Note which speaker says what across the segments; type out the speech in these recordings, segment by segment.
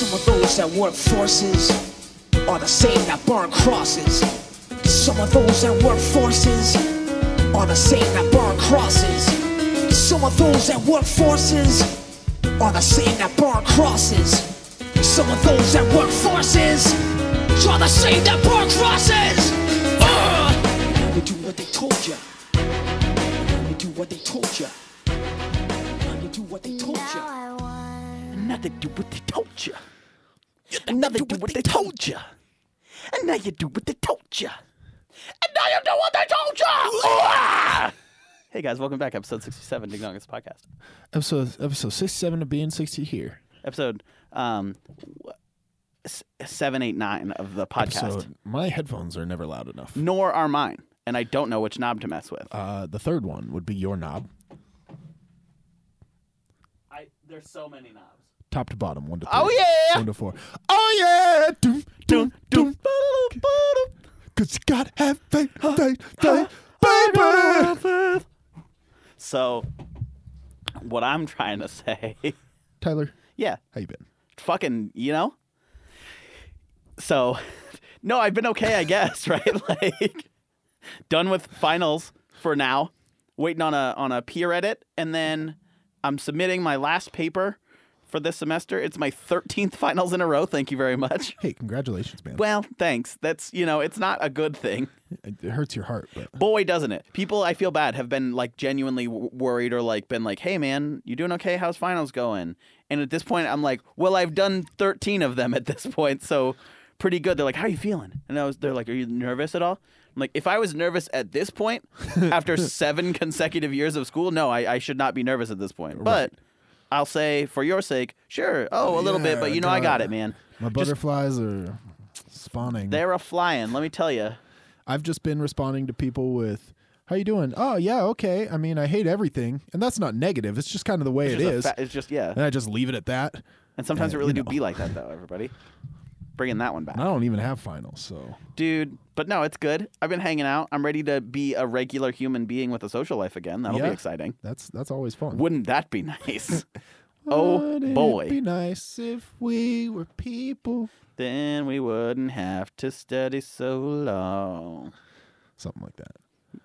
Speaker 1: that work forces are the same that burn crosses. Some of those that work forces are the same that burn crosses. Some of those that work forces are the same that burn crosses. Some of those that work forces are the same that burn crosses. Uh! Now you do what they told you. Now you do what they told you. Now you do what they told you.
Speaker 2: And now they do what they told you. And now they do what they told you. And now you do what they told you. And now you do what they told you. Hey guys, welcome back. Episode 67, Ding Dong, it's a podcast.
Speaker 3: Episode episode six seven of being sixty here.
Speaker 2: Episode um, w- s- 789 of the podcast. Mm.
Speaker 3: Episode. My headphones are never loud enough.
Speaker 2: Nor are mine. And I don't know which knob to mess with.
Speaker 3: Uh, the third one would be your knob,
Speaker 2: I, there's so many knobs.
Speaker 3: top to bottom, one to three.
Speaker 2: Oh, yeah!
Speaker 3: one to four. Oh yeah, doom doom
Speaker 2: Doom,
Speaker 3: doom.
Speaker 2: doom, ba-da-doom, ba-da-doom.
Speaker 3: Cause you gotta have faith, faith, faith, baby.
Speaker 2: So, what I'm trying to say,
Speaker 3: Tyler,
Speaker 2: yeah,
Speaker 3: how you been?
Speaker 2: fucking, you know. So, no, I've been okay, I guess, right? Like, done with finals for now. Waiting on a on a peer edit, and then I'm submitting my last paper for this semester. It's my 13th finals in a row. Thank you very much.
Speaker 3: Hey, congratulations, man.
Speaker 2: Well, thanks. That's you know, it's not a good thing.
Speaker 3: it it hurts your heart, but
Speaker 2: boy doesn't it people i feel bad have been like genuinely w- worried or like been like hey man you doing okay how's finals going and at this point i'm like well i've done 13 of them at this point so pretty good they're like how are you feeling and i was they're like are you nervous at all i'm like if i was nervous at this point after seven consecutive years of school no i, I should not be nervous at this point but i'll say for your sake sure oh a little bit
Speaker 3: Yeah,
Speaker 2: but you know i got
Speaker 3: duh.
Speaker 2: it man
Speaker 3: my butterflies are spawning.
Speaker 2: they're a flying let me tell you
Speaker 3: I've just been responding to people with how you doing? Oh yeah, okay. I mean, I hate everything, and that's not negative. It's just kind of the way it is.
Speaker 2: it's just yeah
Speaker 3: and I just leave it at that.
Speaker 2: And sometimes
Speaker 3: Uh,
Speaker 2: it really
Speaker 3: you
Speaker 2: do
Speaker 3: know.
Speaker 2: be like that, though, everybody. Bringing that one back.
Speaker 3: And I don't even have finals, so
Speaker 2: Dude, but no, it's good. I've been hanging out. I'm ready to be a regular human being with a social life again. That'll
Speaker 3: Yeah.
Speaker 2: be exciting.
Speaker 3: that's that's always fun.
Speaker 2: Wouldn't that be nice? oh,
Speaker 3: Wouldn't it
Speaker 2: boy.
Speaker 3: be nice if we were people?
Speaker 2: Then we wouldn't have to study so long.
Speaker 3: Something like that.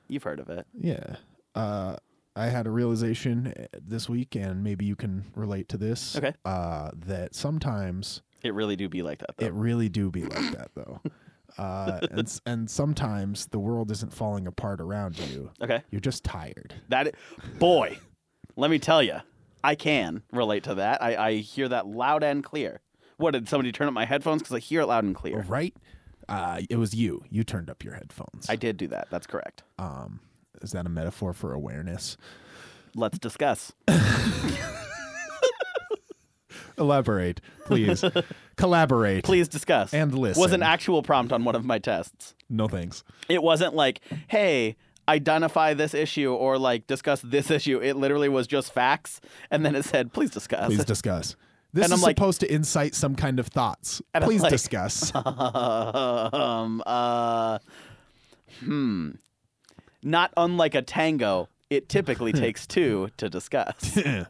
Speaker 2: You've heard of it.
Speaker 3: Yeah. Uh, I had a realization uh, this week, and maybe you can relate to this.
Speaker 2: Okay.
Speaker 3: Uh, that sometimes
Speaker 2: It really do be like that, though.
Speaker 3: It really do be like that though. Uh, and s- and sometimes the world isn't falling apart around you.
Speaker 2: okay.
Speaker 3: You're just tired.
Speaker 2: That i- boy, let me tell you, I can relate to that. I, I hear that loud and clear. What did somebody turn up my headphones? Because I hear it loud and clear.
Speaker 3: Right? Uh, it was you. You turned up your headphones.
Speaker 2: I did do that. That's correct.
Speaker 3: um, is that a metaphor for awareness?
Speaker 2: Let's discuss.
Speaker 3: Elaborate, please. Collaborate.
Speaker 2: please discuss
Speaker 3: And listen.
Speaker 2: was an actual prompt on one of my tests
Speaker 3: No thanks.
Speaker 2: it wasn't like hey identify this issue or like discuss this issue it literally was just facts and then it said please discuss
Speaker 3: Please discuss. This
Speaker 2: And
Speaker 3: is
Speaker 2: I'm like-
Speaker 3: supposed to incite some kind of thoughts.
Speaker 2: And I'm
Speaker 3: Please
Speaker 2: like-
Speaker 3: discuss.
Speaker 2: um uh hmm not unlike a tango it typically takes two to discuss
Speaker 3: uh-huh.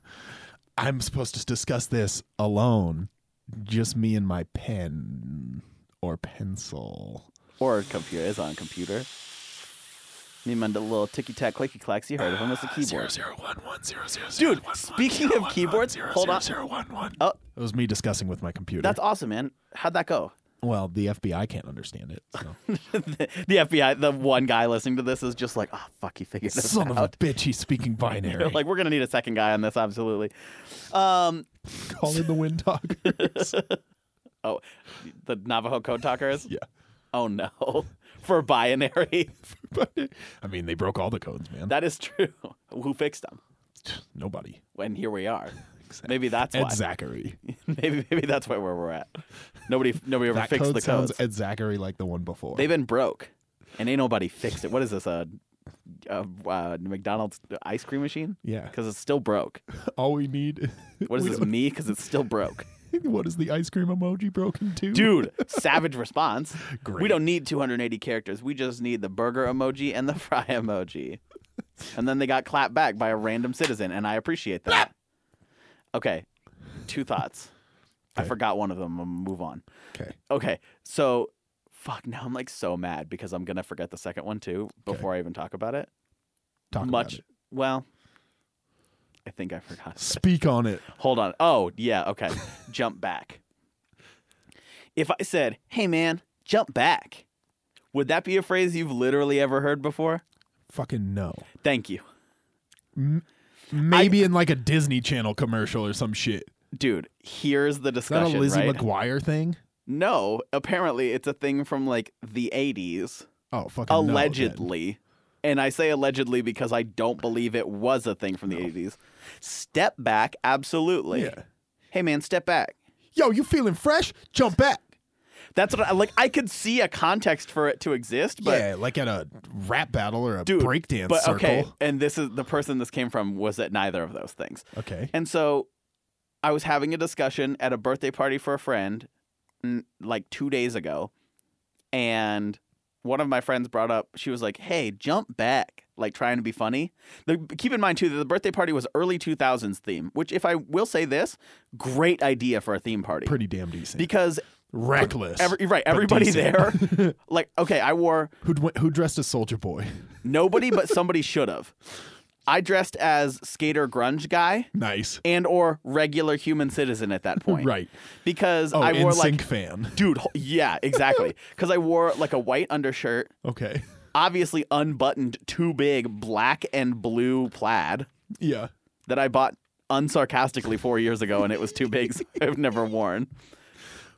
Speaker 3: I'm supposed to discuss this alone, just me and my pen or pencil.
Speaker 2: or a computer is on a computer me and my little ticky tack clicky clacks you heard of him as a keyboard
Speaker 3: zero one one zero zero.
Speaker 2: Dude, speaking of keyboards, hold on. Oh.
Speaker 3: It was me discussing with my computer.
Speaker 2: that's awesome man how'd that go
Speaker 3: well, the FBI can't understand it. So.
Speaker 2: the FBI, the one guy listening to this is just like, oh, fuck, he figured this
Speaker 3: Son of a
Speaker 2: out.
Speaker 3: bitch, he's speaking binary.
Speaker 2: like, we're going to need a second guy on this, absolutely. Um,
Speaker 3: Call in the wind talkers.
Speaker 2: oh, the Navajo code talkers?
Speaker 3: yeah.
Speaker 2: Oh, no. For binary.
Speaker 3: I mean, they broke all the codes, man.
Speaker 2: that is true. Who fixed them?
Speaker 3: Nobody.
Speaker 2: When here we are. Maybe that's
Speaker 3: Ed
Speaker 2: why.
Speaker 3: Zachary.
Speaker 2: Maybe maybe that's where we're at. Nobody nobody ever
Speaker 3: That
Speaker 2: fixed
Speaker 3: code
Speaker 2: the codes.
Speaker 3: sounds Ed Zachary like the one before.
Speaker 2: They've been broke, and ain't nobody fixed it. What is this a, a, uh McDonald's ice cream machine?
Speaker 3: Yeah.
Speaker 2: because it's still broke.
Speaker 3: all we need.
Speaker 2: What is
Speaker 3: we
Speaker 2: this me? Because it's still broke.
Speaker 3: don't- What is the ice cream emoji broken to?
Speaker 2: dude savage response we
Speaker 3: Great.
Speaker 2: don't need 280 characters we just need the burger emoji and the fry emoji and then they got clapped back by a random citizen and i appreciate that okay two thoughts I forgot one of them. I'll move on.
Speaker 3: Okay.
Speaker 2: Okay, so fuck. Now I'm like so mad because I'm gonna forget the second one too before I even talk about it.
Speaker 3: Talk
Speaker 2: Much.
Speaker 3: about it.
Speaker 2: Well, I think I forgot.
Speaker 3: Speak on it.
Speaker 2: Hold on. Oh, yeah. Okay. jump back. If I said, hey, man, jump back, would that be a phrase you've literally ever heard before?
Speaker 3: Fucking no.
Speaker 2: Thank you.
Speaker 3: Maybe in like a Disney Channel commercial or some shit.
Speaker 2: Dude, here's the
Speaker 3: Is that
Speaker 2: discussion.
Speaker 3: a Lizzie
Speaker 2: right?
Speaker 3: McGuire thing?
Speaker 2: no, apparently it's a thing from like the 80s,
Speaker 3: Oh, fucking no, then.
Speaker 2: allegedly. and I say allegedly because I don't believe it was a thing from the 80s. Step back, absolutely.
Speaker 3: Yeah.
Speaker 2: Hey, man, step back.
Speaker 3: Yo, you feeling fresh? Jump back.
Speaker 2: That's what I like. I could see a context for it to exist, but
Speaker 3: yeah, like at a rap battle or a
Speaker 2: dude,
Speaker 3: breakdance
Speaker 2: but,
Speaker 3: circle.
Speaker 2: Okay, and this is the person this came from was at neither of those things.
Speaker 3: Okay.
Speaker 2: And so I was having a discussion at a birthday party for a friend n- like 2 days ago and one of my friends brought up she was like, "Hey, jump back." Like trying to be funny. The, keep in mind too that the birthday party was early 2000s theme, which if I will say this, great idea for a theme party.
Speaker 3: Pretty damn decent.
Speaker 2: because
Speaker 3: Reckless.
Speaker 2: every, right,
Speaker 3: but
Speaker 2: everybody there
Speaker 3: decent.
Speaker 2: like okay, I wore
Speaker 3: who d- who dressed as Soldier Boy?
Speaker 2: Nobody but somebody should have. I dressed as skater grunge guy
Speaker 3: Nice.
Speaker 2: and or regular human citizen at that point.
Speaker 3: Right.
Speaker 2: Because
Speaker 3: Oh,
Speaker 2: I wore
Speaker 3: NSYNC
Speaker 2: like
Speaker 3: fan.
Speaker 2: dude, ho- yeah, exactly. Cuz I wore like a white undershirt,
Speaker 3: Okay.
Speaker 2: obviously unbuttoned, too big black and blue plaid
Speaker 3: Yeah.
Speaker 2: that I bought unsarcastically 4 years ago and it was too big so I've never worn.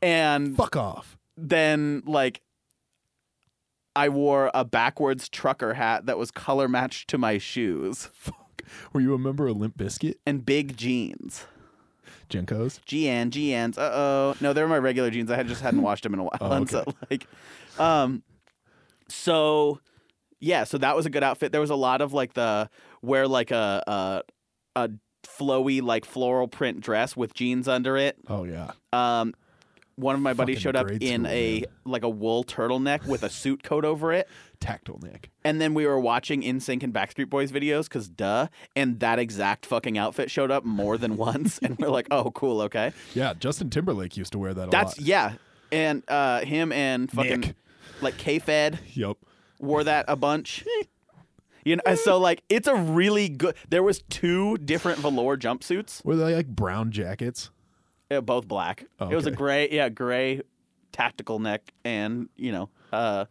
Speaker 2: And
Speaker 3: Fuck off.
Speaker 2: then like I wore a backwards trucker hat that was color matched to my shoes.
Speaker 3: Fuck. Were you a member of Limp Biscuit?
Speaker 2: and big jeans.
Speaker 3: Jenko's?
Speaker 2: GN, GNs. Uh oh. No, they're my regular jeans. I had just hadn't washed them in a while.
Speaker 3: Oh,
Speaker 2: And so, like, um, so yeah, so that was a good outfit. There was a lot of like the wear like a a, a flowy like floral print dress with jeans under it.
Speaker 3: Oh yeah.
Speaker 2: Um, one of my buddies
Speaker 3: Fucking
Speaker 2: showed up
Speaker 3: grade
Speaker 2: in
Speaker 3: school,
Speaker 2: a
Speaker 3: man.
Speaker 2: like a wool turtleneck with a suit coat over it.
Speaker 3: Tactile neck.
Speaker 2: And then we were watching InSync and Backstreet Boys videos because duh. And that exact fucking outfit showed up more than once. And we're like, oh, cool, okay.
Speaker 3: Yeah, Justin Timberlake used to wear that
Speaker 2: That's,
Speaker 3: a lot.
Speaker 2: yeah. And uh, him and fucking
Speaker 3: Nick.
Speaker 2: like K Fed
Speaker 3: Yep.
Speaker 2: wore that a bunch. You know, and so like it's a really good. There was two different velour jumpsuits,
Speaker 3: Were they like brown jackets?
Speaker 2: uh, both black. It was a
Speaker 3: Okay.
Speaker 2: gray, yeah, gray tactical neck, and you know, uh,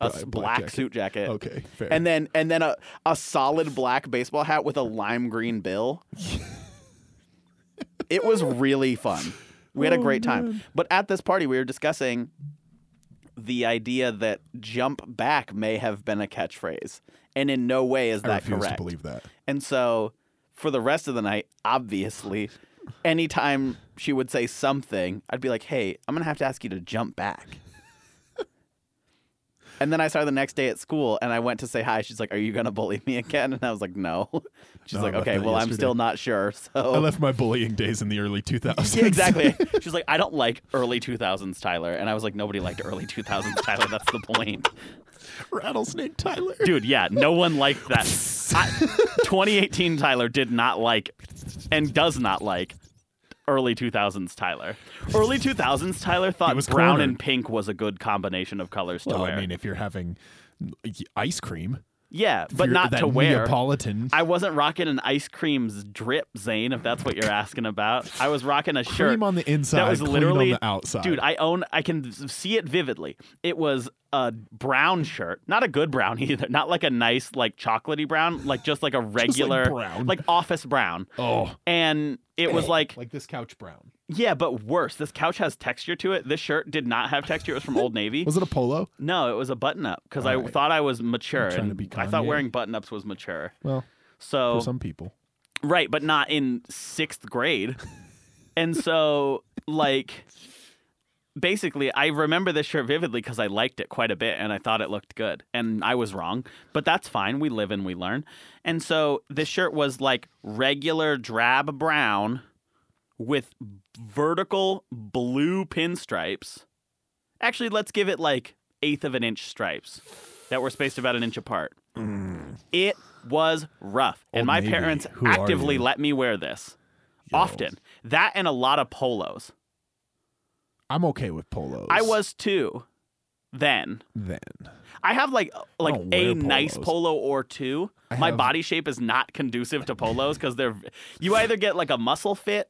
Speaker 2: a s-
Speaker 3: Black
Speaker 2: black
Speaker 3: jacket.
Speaker 2: suit jacket.
Speaker 3: Okay, fair.
Speaker 2: and then and then a, a solid black baseball hat with a lime green bill. it was really fun. We
Speaker 3: Oh,
Speaker 2: had a great time. But at this party, we were discussing the idea that "jump back" may have been a catchphrase, and in no way is
Speaker 3: I
Speaker 2: that
Speaker 3: refuse
Speaker 2: correct.
Speaker 3: to believe that.
Speaker 2: And so, for the rest of the night, obviously, anytime she would say something, I'd be like, "Hey, I'm gonna have to ask you to jump back." and then I saw her the next day at school, and I went to say hi. She's like, "Are you gonna bully me again?" And I was like, "No." She's
Speaker 3: No, I
Speaker 2: like,
Speaker 3: left
Speaker 2: "Okay,
Speaker 3: that
Speaker 2: well, I'm
Speaker 3: yesterday."
Speaker 2: still not sure."
Speaker 3: I
Speaker 2: So.
Speaker 3: left my bullying days in the early 2000s.
Speaker 2: Oh. Yeah, exactly. She's like, I don't like early 2000s Tyler. And I was like, nobody liked early 2000s Tyler. That's the point.
Speaker 3: Rattlesnake Tyler.
Speaker 2: Dude, yeah, no one liked that. I, 2018 Tyler did not like and does not like early 2000s Tyler. Early 2000s Tyler thought
Speaker 3: He was
Speaker 2: brown
Speaker 3: cornered.
Speaker 2: and pink was a good combination of colors to
Speaker 3: Well,
Speaker 2: wear.
Speaker 3: Oh, I mean, if you're having ice cream,
Speaker 2: yeah,
Speaker 3: if
Speaker 2: but
Speaker 3: you're-
Speaker 2: not
Speaker 3: that
Speaker 2: to wear.
Speaker 3: Neapolitan.
Speaker 2: I wasn't rocking an ice cream's drip, Zane, if that's what you're asking about. I was rocking a shirt.
Speaker 3: Cream on the inside,
Speaker 2: that was
Speaker 3: clean
Speaker 2: literally
Speaker 3: on the outside.
Speaker 2: Dude, I own I can see it vividly. It was a brown shirt, not a good brown either, not like a nice like chocolatey brown, like just like a regular
Speaker 3: brown.
Speaker 2: like office brown.
Speaker 3: oh, Eh.
Speaker 2: And it was like
Speaker 3: like this couch brown.
Speaker 2: yeah, but worse. This couch has texture to it. This shirt did not have texture. It was from Old Navy.
Speaker 3: Was it a polo?
Speaker 2: No, it was a button up because I
Speaker 3: Alright.
Speaker 2: thought I was mature.
Speaker 3: trying to
Speaker 2: and
Speaker 3: be
Speaker 2: I thought
Speaker 3: Kanye.
Speaker 2: wearing button ups was mature.
Speaker 3: Well,
Speaker 2: So
Speaker 3: for some people.
Speaker 2: Right, but not in sixth grade. and so, like, basically, I remember this shirt vividly because I liked it quite a bit and I thought it looked good. And I was wrong, but that's fine. We live and we learn. And so, this shirt was like regular drab brown with vertical blue pinstripes. Actually, let's give it like eighth of an inch stripes that were spaced about an inch apart. It was rough, and
Speaker 3: Old
Speaker 2: my
Speaker 3: Navy,
Speaker 2: parents
Speaker 3: Mm. who are
Speaker 2: actively
Speaker 3: you?
Speaker 2: let me wear this often. That and a lot of polos.
Speaker 3: I'm okay with polos.
Speaker 2: I was too. Then
Speaker 3: then.
Speaker 2: I have like like
Speaker 3: don't
Speaker 2: a
Speaker 3: wear
Speaker 2: nice
Speaker 3: polos.
Speaker 2: polo or two.
Speaker 3: I
Speaker 2: My
Speaker 3: have-
Speaker 2: body shape is not conducive to polos because they're you either get like a muscle fit,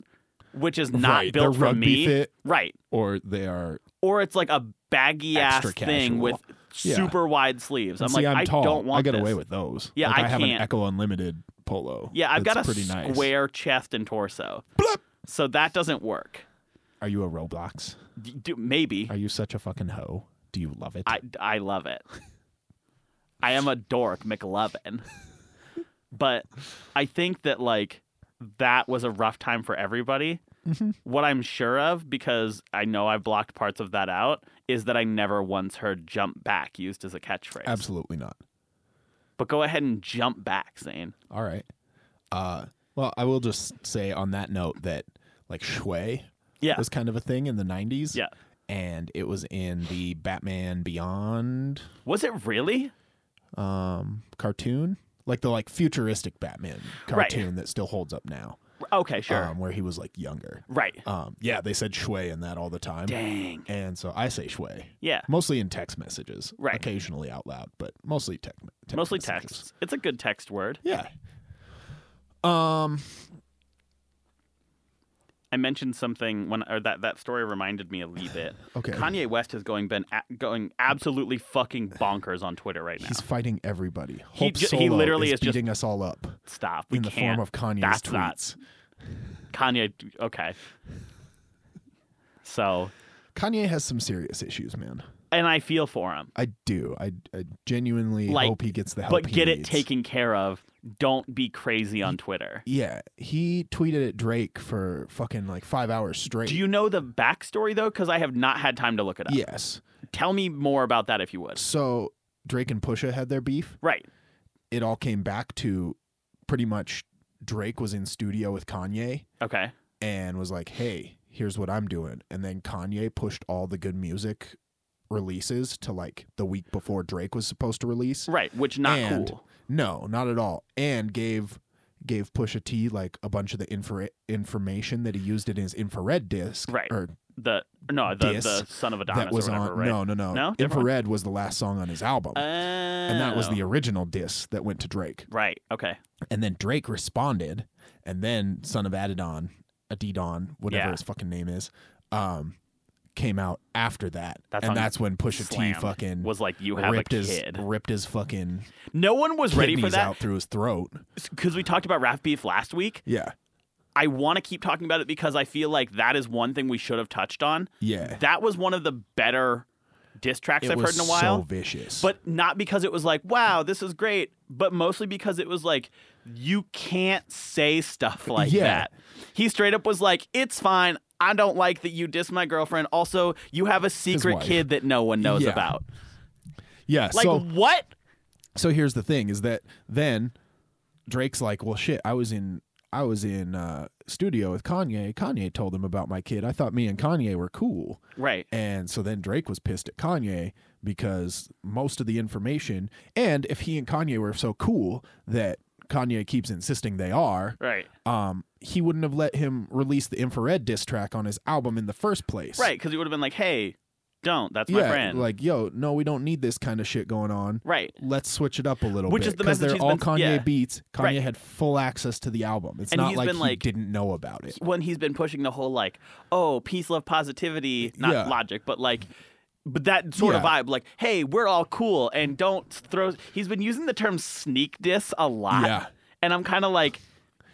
Speaker 2: which is not
Speaker 3: Right,
Speaker 2: built
Speaker 3: they're
Speaker 2: for
Speaker 3: rugby
Speaker 2: me,
Speaker 3: fit.
Speaker 2: right?
Speaker 3: Or they are.
Speaker 2: Or it's like a baggy ass
Speaker 3: Extra
Speaker 2: thing
Speaker 3: casual.
Speaker 2: with
Speaker 3: Yeah.
Speaker 2: super wide sleeves. I'm
Speaker 3: See,
Speaker 2: like
Speaker 3: I'm
Speaker 2: I
Speaker 3: tall.
Speaker 2: don't want.
Speaker 3: I get
Speaker 2: this.
Speaker 3: away with those.
Speaker 2: Yeah,
Speaker 3: like,
Speaker 2: I
Speaker 3: I, have
Speaker 2: can't.
Speaker 3: an Echo Unlimited polo.
Speaker 2: Yeah, I've got a
Speaker 3: that's pretty nice.
Speaker 2: square chest and torso,
Speaker 3: Blip!
Speaker 2: so that doesn't work.
Speaker 3: Are you a Roblox?
Speaker 2: D- do- maybe
Speaker 3: Are you such a fucking hoe? Do you love it?
Speaker 2: I, I love it. I am a dork, McLovin. but I think that like that was a rough time for everybody. What I'm sure of, because I know I've blocked parts of that out, is that I never once heard "jump back" used as a catchphrase.
Speaker 3: Absolutely not.
Speaker 2: But go ahead and jump back, Zane.
Speaker 3: All right. Uh, well, I will just say on that note that like Shui
Speaker 2: Yeah.
Speaker 3: was kind of a thing in the 90s.
Speaker 2: Yeah.
Speaker 3: And it was in the Batman Beyond
Speaker 2: Was it really?
Speaker 3: um, cartoon, like the like futuristic Batman
Speaker 2: Right.
Speaker 3: cartoon that still holds up now,
Speaker 2: Okay, sure.
Speaker 3: um, where he was like younger.
Speaker 2: right.
Speaker 3: Um, yeah, they said Shui in that all the time.
Speaker 2: Dang.
Speaker 3: And so I say Shui.
Speaker 2: Yeah.
Speaker 3: Mostly in text messages,
Speaker 2: Right.
Speaker 3: Occasionally out loud, but mostly tech, text.
Speaker 2: Mostly
Speaker 3: messages.
Speaker 2: texts. It's a good text word.
Speaker 3: Yeah. Um.
Speaker 2: I mentioned something when or that that story reminded me a wee bit.
Speaker 3: Okay.
Speaker 2: Kanye West is going been a- going absolutely fucking bonkers on Twitter right now.
Speaker 3: He's fighting everybody.
Speaker 2: He
Speaker 3: Hope
Speaker 2: ju- he
Speaker 3: Solo
Speaker 2: literally
Speaker 3: is,
Speaker 2: is just-
Speaker 3: beating us all up
Speaker 2: Stop. We
Speaker 3: in the
Speaker 2: can't.
Speaker 3: form of Kanye's
Speaker 2: That's not-
Speaker 3: tweets.
Speaker 2: Kanye. Okay. So,
Speaker 3: Kanye has some serious issues, man.
Speaker 2: and I feel for him,
Speaker 3: I do. I, I genuinely
Speaker 2: Like,
Speaker 3: hope he gets the help.
Speaker 2: but
Speaker 3: he
Speaker 2: get it
Speaker 3: needs.
Speaker 2: taken care of. Don't be crazy on Twitter.
Speaker 3: Yeah, he tweeted at Drake for fucking like five hours straight.
Speaker 2: Do you know the backstory though? Because I have not had time to look it up.
Speaker 3: Yes.
Speaker 2: Tell me more about that if you would.
Speaker 3: So Drake and Pusha had their beef.
Speaker 2: Right.
Speaker 3: It all came back to pretty much Drake was in studio with Kanye
Speaker 2: Okay.
Speaker 3: and was like, "Hey, here's what I'm doing." And then Kanye pushed all the good music releases to like the week before Drake was supposed to release.
Speaker 2: Right. Which not
Speaker 3: and,
Speaker 2: cool.
Speaker 3: No, not at all. And gave gave Pusha T like a bunch of the infra- information that he used in his infrared disc.
Speaker 2: Right.
Speaker 3: Or
Speaker 2: The no the,
Speaker 3: Dis
Speaker 2: the son of Adonis
Speaker 3: that was
Speaker 2: or whatever.
Speaker 3: on
Speaker 2: right.
Speaker 3: no no no
Speaker 2: No? Different one?
Speaker 3: infrared was the last song on his album and that was
Speaker 2: Oh.
Speaker 3: the original disc that went to drake
Speaker 2: Right. Okay.
Speaker 3: and then drake responded and then son of adidon adidon whatever
Speaker 2: Yeah.
Speaker 3: his fucking name is um came out after that
Speaker 2: That song
Speaker 3: and that's when pusha
Speaker 2: Slam
Speaker 3: t fucking
Speaker 2: was like you have a
Speaker 3: ripped his
Speaker 2: kid.
Speaker 3: ripped his fucking
Speaker 2: No one was ready for
Speaker 3: kidneys
Speaker 2: that
Speaker 3: out through his throat
Speaker 2: because we talked about rap beef last week.
Speaker 3: yeah
Speaker 2: I want to keep talking about it because I feel like that is one thing we should have touched on.
Speaker 3: yeah
Speaker 2: That was one of the better diss tracks
Speaker 3: it
Speaker 2: I've
Speaker 3: was
Speaker 2: heard in a
Speaker 3: so
Speaker 2: while.
Speaker 3: vicious
Speaker 2: but not because it was like, wow, this is great, but mostly because it was like, you can't say stuff like
Speaker 3: Yeah.
Speaker 2: that. He straight up was like, it's fine. I don't like that you diss my girlfriend. Also, you have a secret
Speaker 3: wife.
Speaker 2: kid that no one knows
Speaker 3: Yeah.
Speaker 2: about.
Speaker 3: yeah
Speaker 2: Like,
Speaker 3: so
Speaker 2: what?
Speaker 3: so here's the thing is that then Drake's like, "Well shit, I was in I was in uh studio with Kanye. Kanye told him about my kid. I thought me and Kanye were cool."
Speaker 2: Right.
Speaker 3: And so then Drake was pissed at Kanye because most of the information and if he and Kanye were so cool that Kanye keeps insisting they are,
Speaker 2: Right.
Speaker 3: um he wouldn't have let him release the infrared diss track on his album in the first place.
Speaker 2: Right, because he would have been like, "Hey, don't. That's my
Speaker 3: yeah,
Speaker 2: friend."
Speaker 3: like, yo, no, we don't need this kind of shit going on
Speaker 2: right,
Speaker 3: let's switch it up a little
Speaker 2: Which
Speaker 3: bit
Speaker 2: is the message
Speaker 3: they're
Speaker 2: he's
Speaker 3: all
Speaker 2: been-
Speaker 3: Kanye
Speaker 2: yeah.
Speaker 3: beats. Kanye
Speaker 2: Right.
Speaker 3: had full access to the album. It's
Speaker 2: And
Speaker 3: not
Speaker 2: he's
Speaker 3: like
Speaker 2: been,
Speaker 3: he
Speaker 2: like-
Speaker 3: didn't know about it.
Speaker 2: when he's been pushing the whole like, "Oh, peace, love, positivity," not
Speaker 3: Yeah.
Speaker 2: logic, but like. But that sort of
Speaker 3: Yeah.
Speaker 2: vibe, like, hey, we're all cool and don't throw. He's been using the term sneak diss a lot.
Speaker 3: Yeah.
Speaker 2: And I'm kind of like,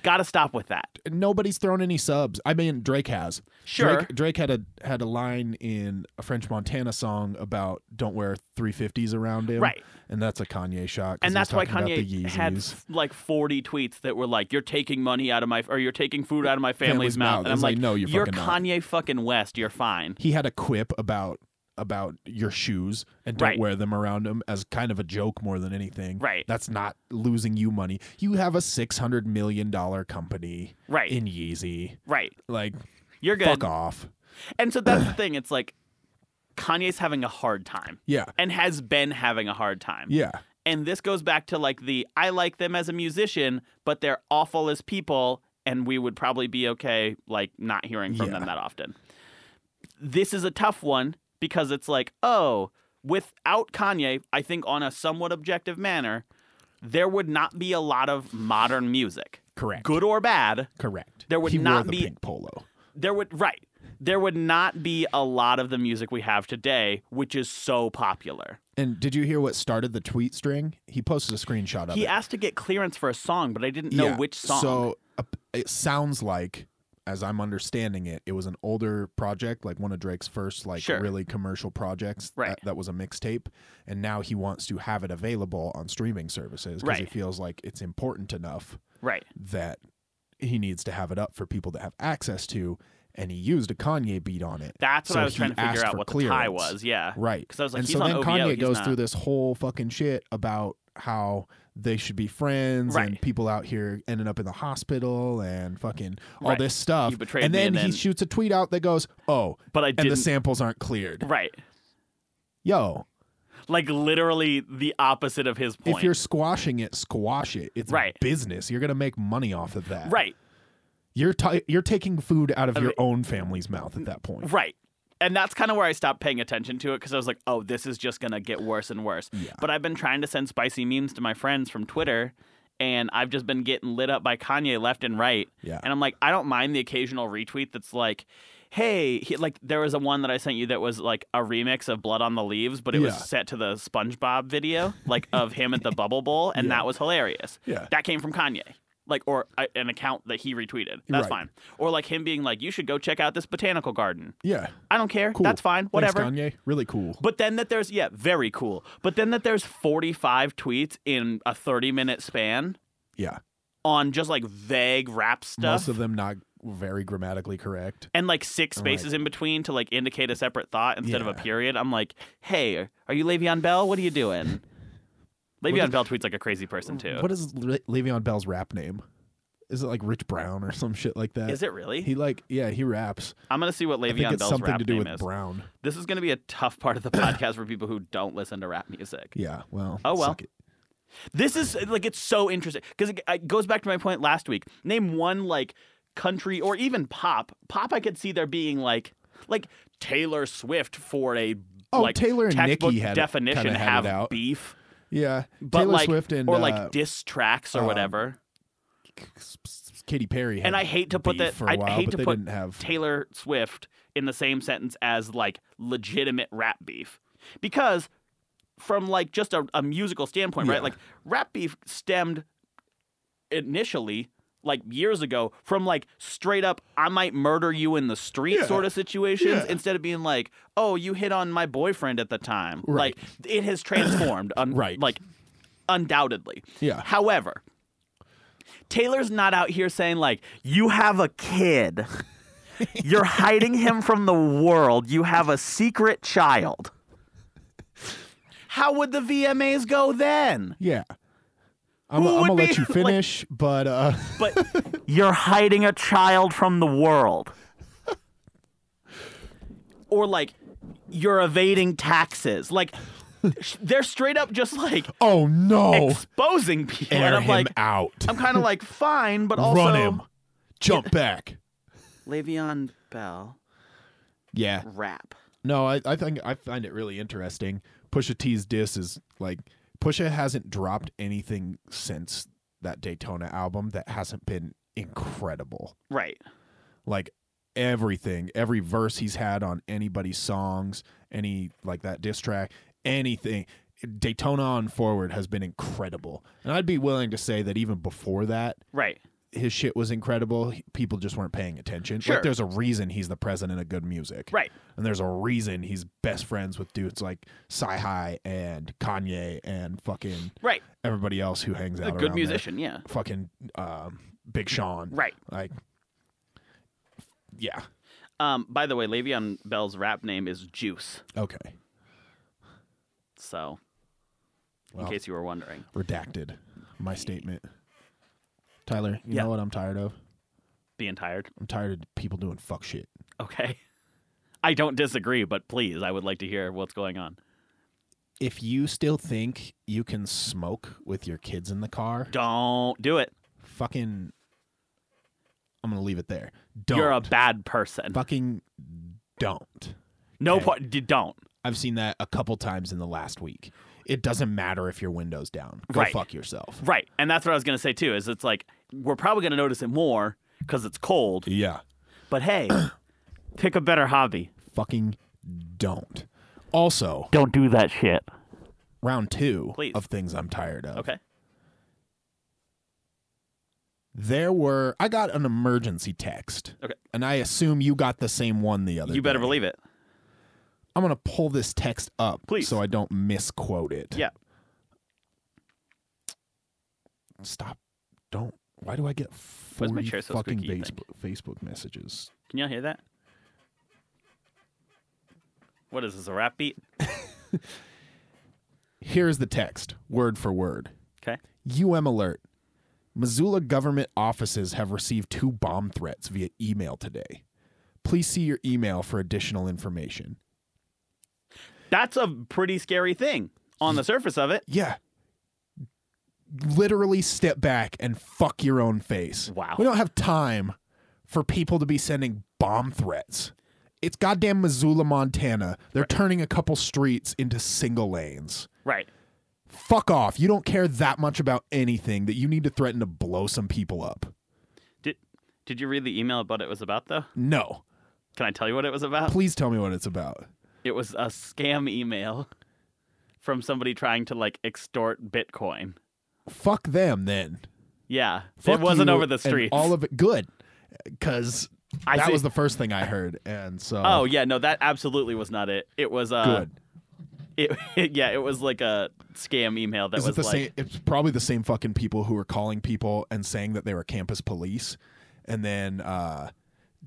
Speaker 2: gotta stop with that.
Speaker 3: Nobody's thrown any subs. I mean, Drake has.
Speaker 2: Sure.
Speaker 3: Drake, Drake had a had a line in a French Montana song about don't wear 350s around him.
Speaker 2: Right.
Speaker 3: And that's a Kanye shot. 'cause
Speaker 2: And
Speaker 3: he's
Speaker 2: that's why
Speaker 3: talking about the
Speaker 2: Kanye had
Speaker 3: Yeezys.
Speaker 2: like 40 tweets that were like, you're taking money out of my, or you're taking food out of my family's,
Speaker 3: Family's
Speaker 2: mouth.
Speaker 3: mouth.
Speaker 2: And I'm
Speaker 3: It's like,
Speaker 2: like,
Speaker 3: no, you're
Speaker 2: you're
Speaker 3: fucking not."
Speaker 2: Kanye fucking West. You're fine.
Speaker 3: he had a quip about about your shoes and don't
Speaker 2: Right.
Speaker 3: wear them around him as kind of a joke more than anything.
Speaker 2: Right.
Speaker 3: That's not losing you money. You have a six hundred million dollar company
Speaker 2: Right.
Speaker 3: in Yeezy.
Speaker 2: Right.
Speaker 3: Like
Speaker 2: You're good.
Speaker 3: fuck off.
Speaker 2: And so that's the thing. It's like Kanye's having a hard time
Speaker 3: Yeah.
Speaker 2: and has been having a hard time.
Speaker 3: Yeah.
Speaker 2: And this goes back to like the I like them as a musician, but they're awful as people, and we would probably be okay like not hearing from
Speaker 3: Yeah.
Speaker 2: them that often. this is a tough one because it's like, oh, without Kanye, I think on a somewhat objective manner, there would not be a lot of modern music.
Speaker 3: Correct.
Speaker 2: Good or bad,
Speaker 3: Correct.
Speaker 2: There would
Speaker 3: he wore
Speaker 2: not
Speaker 3: the
Speaker 2: be-
Speaker 3: pink polo.
Speaker 2: there would right. There would not be a lot of the music we have today, which is so popular.
Speaker 3: And did you hear what started the tweet string? He posted a screenshot of
Speaker 2: He
Speaker 3: it.
Speaker 2: asked to get clearance for a song, but I didn't know
Speaker 3: Yeah.
Speaker 2: which song.
Speaker 3: So uh, it sounds like, as I'm understanding it, it was an older project, like one of Drake's first, like
Speaker 2: Sure.
Speaker 3: really commercial projects.
Speaker 2: Right.
Speaker 3: That, that was a mixtape, and now he wants to have it available on streaming services because he
Speaker 2: Right.
Speaker 3: feels like it's important enough
Speaker 2: right.
Speaker 3: that he needs to have it up for people to have access to. And he used a Kanye beat on it.
Speaker 2: That's what
Speaker 3: So
Speaker 2: I was
Speaker 3: he
Speaker 2: trying to figure
Speaker 3: asked
Speaker 2: out
Speaker 3: for
Speaker 2: what the tie
Speaker 3: clearance.
Speaker 2: was. Yeah.
Speaker 3: Right.
Speaker 2: 'Cause I was like,
Speaker 3: and
Speaker 2: he's
Speaker 3: so
Speaker 2: on
Speaker 3: then
Speaker 2: OVO,
Speaker 3: Kanye
Speaker 2: he's
Speaker 3: goes
Speaker 2: not.
Speaker 3: through this whole fucking shit about how they should be friends and
Speaker 2: Right.
Speaker 3: people out here ending up in the hospital and fucking all
Speaker 2: Right.
Speaker 3: this stuff.
Speaker 2: You betrayed
Speaker 3: and
Speaker 2: me
Speaker 3: then
Speaker 2: and
Speaker 3: he
Speaker 2: then-
Speaker 3: shoots a tweet out that goes, "Oh,
Speaker 2: But I
Speaker 3: and the
Speaker 2: didn't-
Speaker 3: samples aren't cleared."
Speaker 2: Right.
Speaker 3: Yo,
Speaker 2: Like literally the opposite of his point.
Speaker 3: if you're squashing it, squash it. It's
Speaker 2: Right.
Speaker 3: business. You're gonna make money off of that.
Speaker 2: right.
Speaker 3: You're ti you're taking food out of your
Speaker 2: mean-
Speaker 3: own family's mouth at that point.
Speaker 2: Right. And that's kind of where I stopped paying attention to it because I was like, oh, this is just going to get worse and worse. But I've been trying to send spicy memes to my friends from Twitter, and I've just been getting lit up by Kanye left and right.
Speaker 3: Yeah.
Speaker 2: And I'm like, I don't mind the occasional retweet that's like, hey, he, like there was a one that I sent you that was like a remix of Blood on the Leaves, but it
Speaker 3: Yeah.
Speaker 2: was set to the SpongeBob video, like of him at the Bubble Bowl, and that was hilarious.
Speaker 3: Yeah.
Speaker 2: That came from Kanye. Like or uh, an account that he retweeted. That's
Speaker 3: Right.
Speaker 2: fine. Or like him being like, "You should go check out this botanical garden."
Speaker 3: Yeah.
Speaker 2: I don't care.
Speaker 3: Cool.
Speaker 2: That's fine.
Speaker 3: Thanks,
Speaker 2: Whatever.
Speaker 3: Kanye, really cool.
Speaker 2: but then that there's yeah, very cool. But then that there's 45 tweets in a 30 minute span
Speaker 3: Yeah.
Speaker 2: on just like vague rap stuff
Speaker 3: Most of them not very grammatically correct.
Speaker 2: and like six spaces in between to like indicate a separate thought instead of a
Speaker 3: Yeah.
Speaker 2: period. I'm like, "Hey, are you Le'Veon Bell? What are you doing?" Le'Veon Bell tweets like a crazy person too.
Speaker 3: What is Le- Le'Veon Bell's rap name? Is it like Rich Brown or some shit like that?
Speaker 2: Is it really?
Speaker 3: He like yeah he raps.
Speaker 2: I'm gonna see what
Speaker 3: I think
Speaker 2: Le'Veon
Speaker 3: it's
Speaker 2: Bell's
Speaker 3: something
Speaker 2: rap
Speaker 3: to do
Speaker 2: name
Speaker 3: with
Speaker 2: is.
Speaker 3: Brown.
Speaker 2: This is gonna be a tough part of the podcast for people who don't listen to rap music.
Speaker 3: Yeah. Well.
Speaker 2: Oh, well.
Speaker 3: suck it.
Speaker 2: This is like it's so interesting because it, it goes back to my point last week. Name one like country or even pop. Pop, I could see there being like like Taylor Swift for a
Speaker 3: Oh,
Speaker 2: like
Speaker 3: Taylor and Nicki
Speaker 2: textbook
Speaker 3: had it-
Speaker 2: definition
Speaker 3: kinda had
Speaker 2: have
Speaker 3: it out.
Speaker 2: beef,
Speaker 3: Yeah.
Speaker 2: but
Speaker 3: Taylor
Speaker 2: like
Speaker 3: Swift and
Speaker 2: or like
Speaker 3: uh,
Speaker 2: diss tracks or
Speaker 3: um,
Speaker 2: whatever.
Speaker 3: Katy Perry. Had
Speaker 2: And I hate to put
Speaker 3: beef
Speaker 2: that.
Speaker 3: for a
Speaker 2: I
Speaker 3: while,
Speaker 2: hate
Speaker 3: but
Speaker 2: to
Speaker 3: they
Speaker 2: put
Speaker 3: didn't have.
Speaker 2: Taylor Swift in the same sentence as like legitimate rap beef, because from like just a, a musical standpoint,
Speaker 3: Yeah.
Speaker 2: right? Like rap beef stemmed initially like years ago from like straight up I might murder you in the street
Speaker 3: Yeah.
Speaker 2: sort of situations
Speaker 3: Yeah.
Speaker 2: instead of being like oh you hit on my boyfriend at the time
Speaker 3: Right.
Speaker 2: like it has transformed un-
Speaker 3: Right.
Speaker 2: like undoubtedly
Speaker 3: Yeah.
Speaker 2: however Taylor's not out here saying like you have a kid you're hiding him from the world you have a secret child how would the VMAs go then
Speaker 3: Yeah. I'm,
Speaker 2: Who
Speaker 3: I'm
Speaker 2: would
Speaker 3: gonna
Speaker 2: be-
Speaker 3: let you
Speaker 2: like-
Speaker 3: finish, but uh,
Speaker 2: but you're hiding a child from the world. Or like you're evading taxes. Like sh- they're straight up just like
Speaker 3: oh no,
Speaker 2: exposing people.
Speaker 3: air
Speaker 2: and I'm
Speaker 3: him
Speaker 2: like
Speaker 3: out,
Speaker 2: I'm kind of like fine, but also
Speaker 3: run him, jump back.
Speaker 2: Le'Veon Bell
Speaker 3: Yeah.
Speaker 2: rap.
Speaker 3: No, I, I think I find it really interesting. Pusha T's diss is like Pusha hasn't dropped anything since that Daytona album that hasn't been incredible.
Speaker 2: Right.
Speaker 3: Like everything, every verse he's had on anybody's songs, any like that diss track, anything. Daytona on forward has been incredible. And I'd be willing to say that even before that,
Speaker 2: Right.
Speaker 3: his shit was incredible. He- People just weren't paying attention.
Speaker 2: Sure.
Speaker 3: Like there's a reason he's the president of good music.
Speaker 2: Right.
Speaker 3: And there's a reason he's best friends with dudes like Sci Hi and Kanye and fucking
Speaker 2: Right.
Speaker 3: everybody else who hangs out
Speaker 2: A
Speaker 3: around
Speaker 2: good
Speaker 3: there.
Speaker 2: musician, yeah.
Speaker 3: Fucking um, Big Sean.
Speaker 2: Right.
Speaker 3: Like Yeah.
Speaker 2: Um by the way, Le'Veon Bell's rap name is Juice.
Speaker 3: Okay.
Speaker 2: So
Speaker 3: Well.
Speaker 2: in case you were wondering.
Speaker 3: Redacted my statement. Tyler, you
Speaker 2: Yeah.
Speaker 3: know what I'm tired of?
Speaker 2: Being tired.
Speaker 3: I'm tired of people doing fuck shit.
Speaker 2: Okay. I don't disagree, but please, I would like to hear what's going on.
Speaker 3: If you still think you can smoke with your kids in the car,
Speaker 2: Don't do it.
Speaker 3: fucking I'm gonna leave it there. Don't
Speaker 2: You're a bad person.
Speaker 3: fucking don't.
Speaker 2: No
Speaker 3: Okay.
Speaker 2: part. d- Don't.
Speaker 3: I've seen that a couple times in the last week. It doesn't matter if your window's down. Go
Speaker 2: Right.
Speaker 3: fuck yourself.
Speaker 2: Right. And that's what I was gonna say too. Is it's like we're probably gonna notice it more because it's cold.
Speaker 3: Yeah.
Speaker 2: But hey, pick a better hobby.
Speaker 3: Fucking don't. Also,
Speaker 2: Don't do that shit.
Speaker 3: round two
Speaker 2: Please.
Speaker 3: of things I'm tired of.
Speaker 2: Okay.
Speaker 3: There were I got an emergency text.
Speaker 2: Okay.
Speaker 3: And I assume you got the same one the other
Speaker 2: You better
Speaker 3: day.
Speaker 2: believe it.
Speaker 3: I'm gonna pull this text up
Speaker 2: Please.
Speaker 3: so I don't misquote it.
Speaker 2: Yeah.
Speaker 3: Stop. Don't why do I get
Speaker 2: Where's my
Speaker 3: 40
Speaker 2: chair so
Speaker 3: fucking
Speaker 2: squeaky, you
Speaker 3: Facebook, Facebook messages?
Speaker 2: Can y'all hear that? What is this? A rap beat?
Speaker 3: Here's the text, word for word.
Speaker 2: Okay.
Speaker 3: UM alert. Missoula government offices have received two bomb threats via email today. Please see your email for additional information.
Speaker 2: That's a pretty scary thing on the surface of it.
Speaker 3: Yeah. Literally step back and fuck your own face.
Speaker 2: Wow.
Speaker 3: We don't have time for people to be sending bomb threats. It's goddamn Missoula, Montana. They're turning a couple streets into single lanes.
Speaker 2: Right.
Speaker 3: Fuck off. You don't care that much about anything that you need to threaten to blow some people up.
Speaker 2: Did Did you read the email about it was about though?
Speaker 3: No.
Speaker 2: Can I tell you what it was about?
Speaker 3: Please tell me what it's about.
Speaker 2: It was a scam email from somebody trying to like extort Bitcoin.
Speaker 3: Fuck them then.
Speaker 2: Yeah,
Speaker 3: Fuck
Speaker 2: it wasn't
Speaker 3: you
Speaker 2: over the
Speaker 3: and
Speaker 2: streets.
Speaker 3: All of it good. Cuz
Speaker 2: I
Speaker 3: that
Speaker 2: see-
Speaker 3: was the first thing I heard and so
Speaker 2: oh yeah, no, that absolutely was not it. It was uh,
Speaker 3: good.
Speaker 2: It, yeah, it was like a scam email that
Speaker 3: Is
Speaker 2: was
Speaker 3: it the
Speaker 2: like
Speaker 3: same? It's probably the same fucking people who were calling people and saying that they were campus police, and then uh,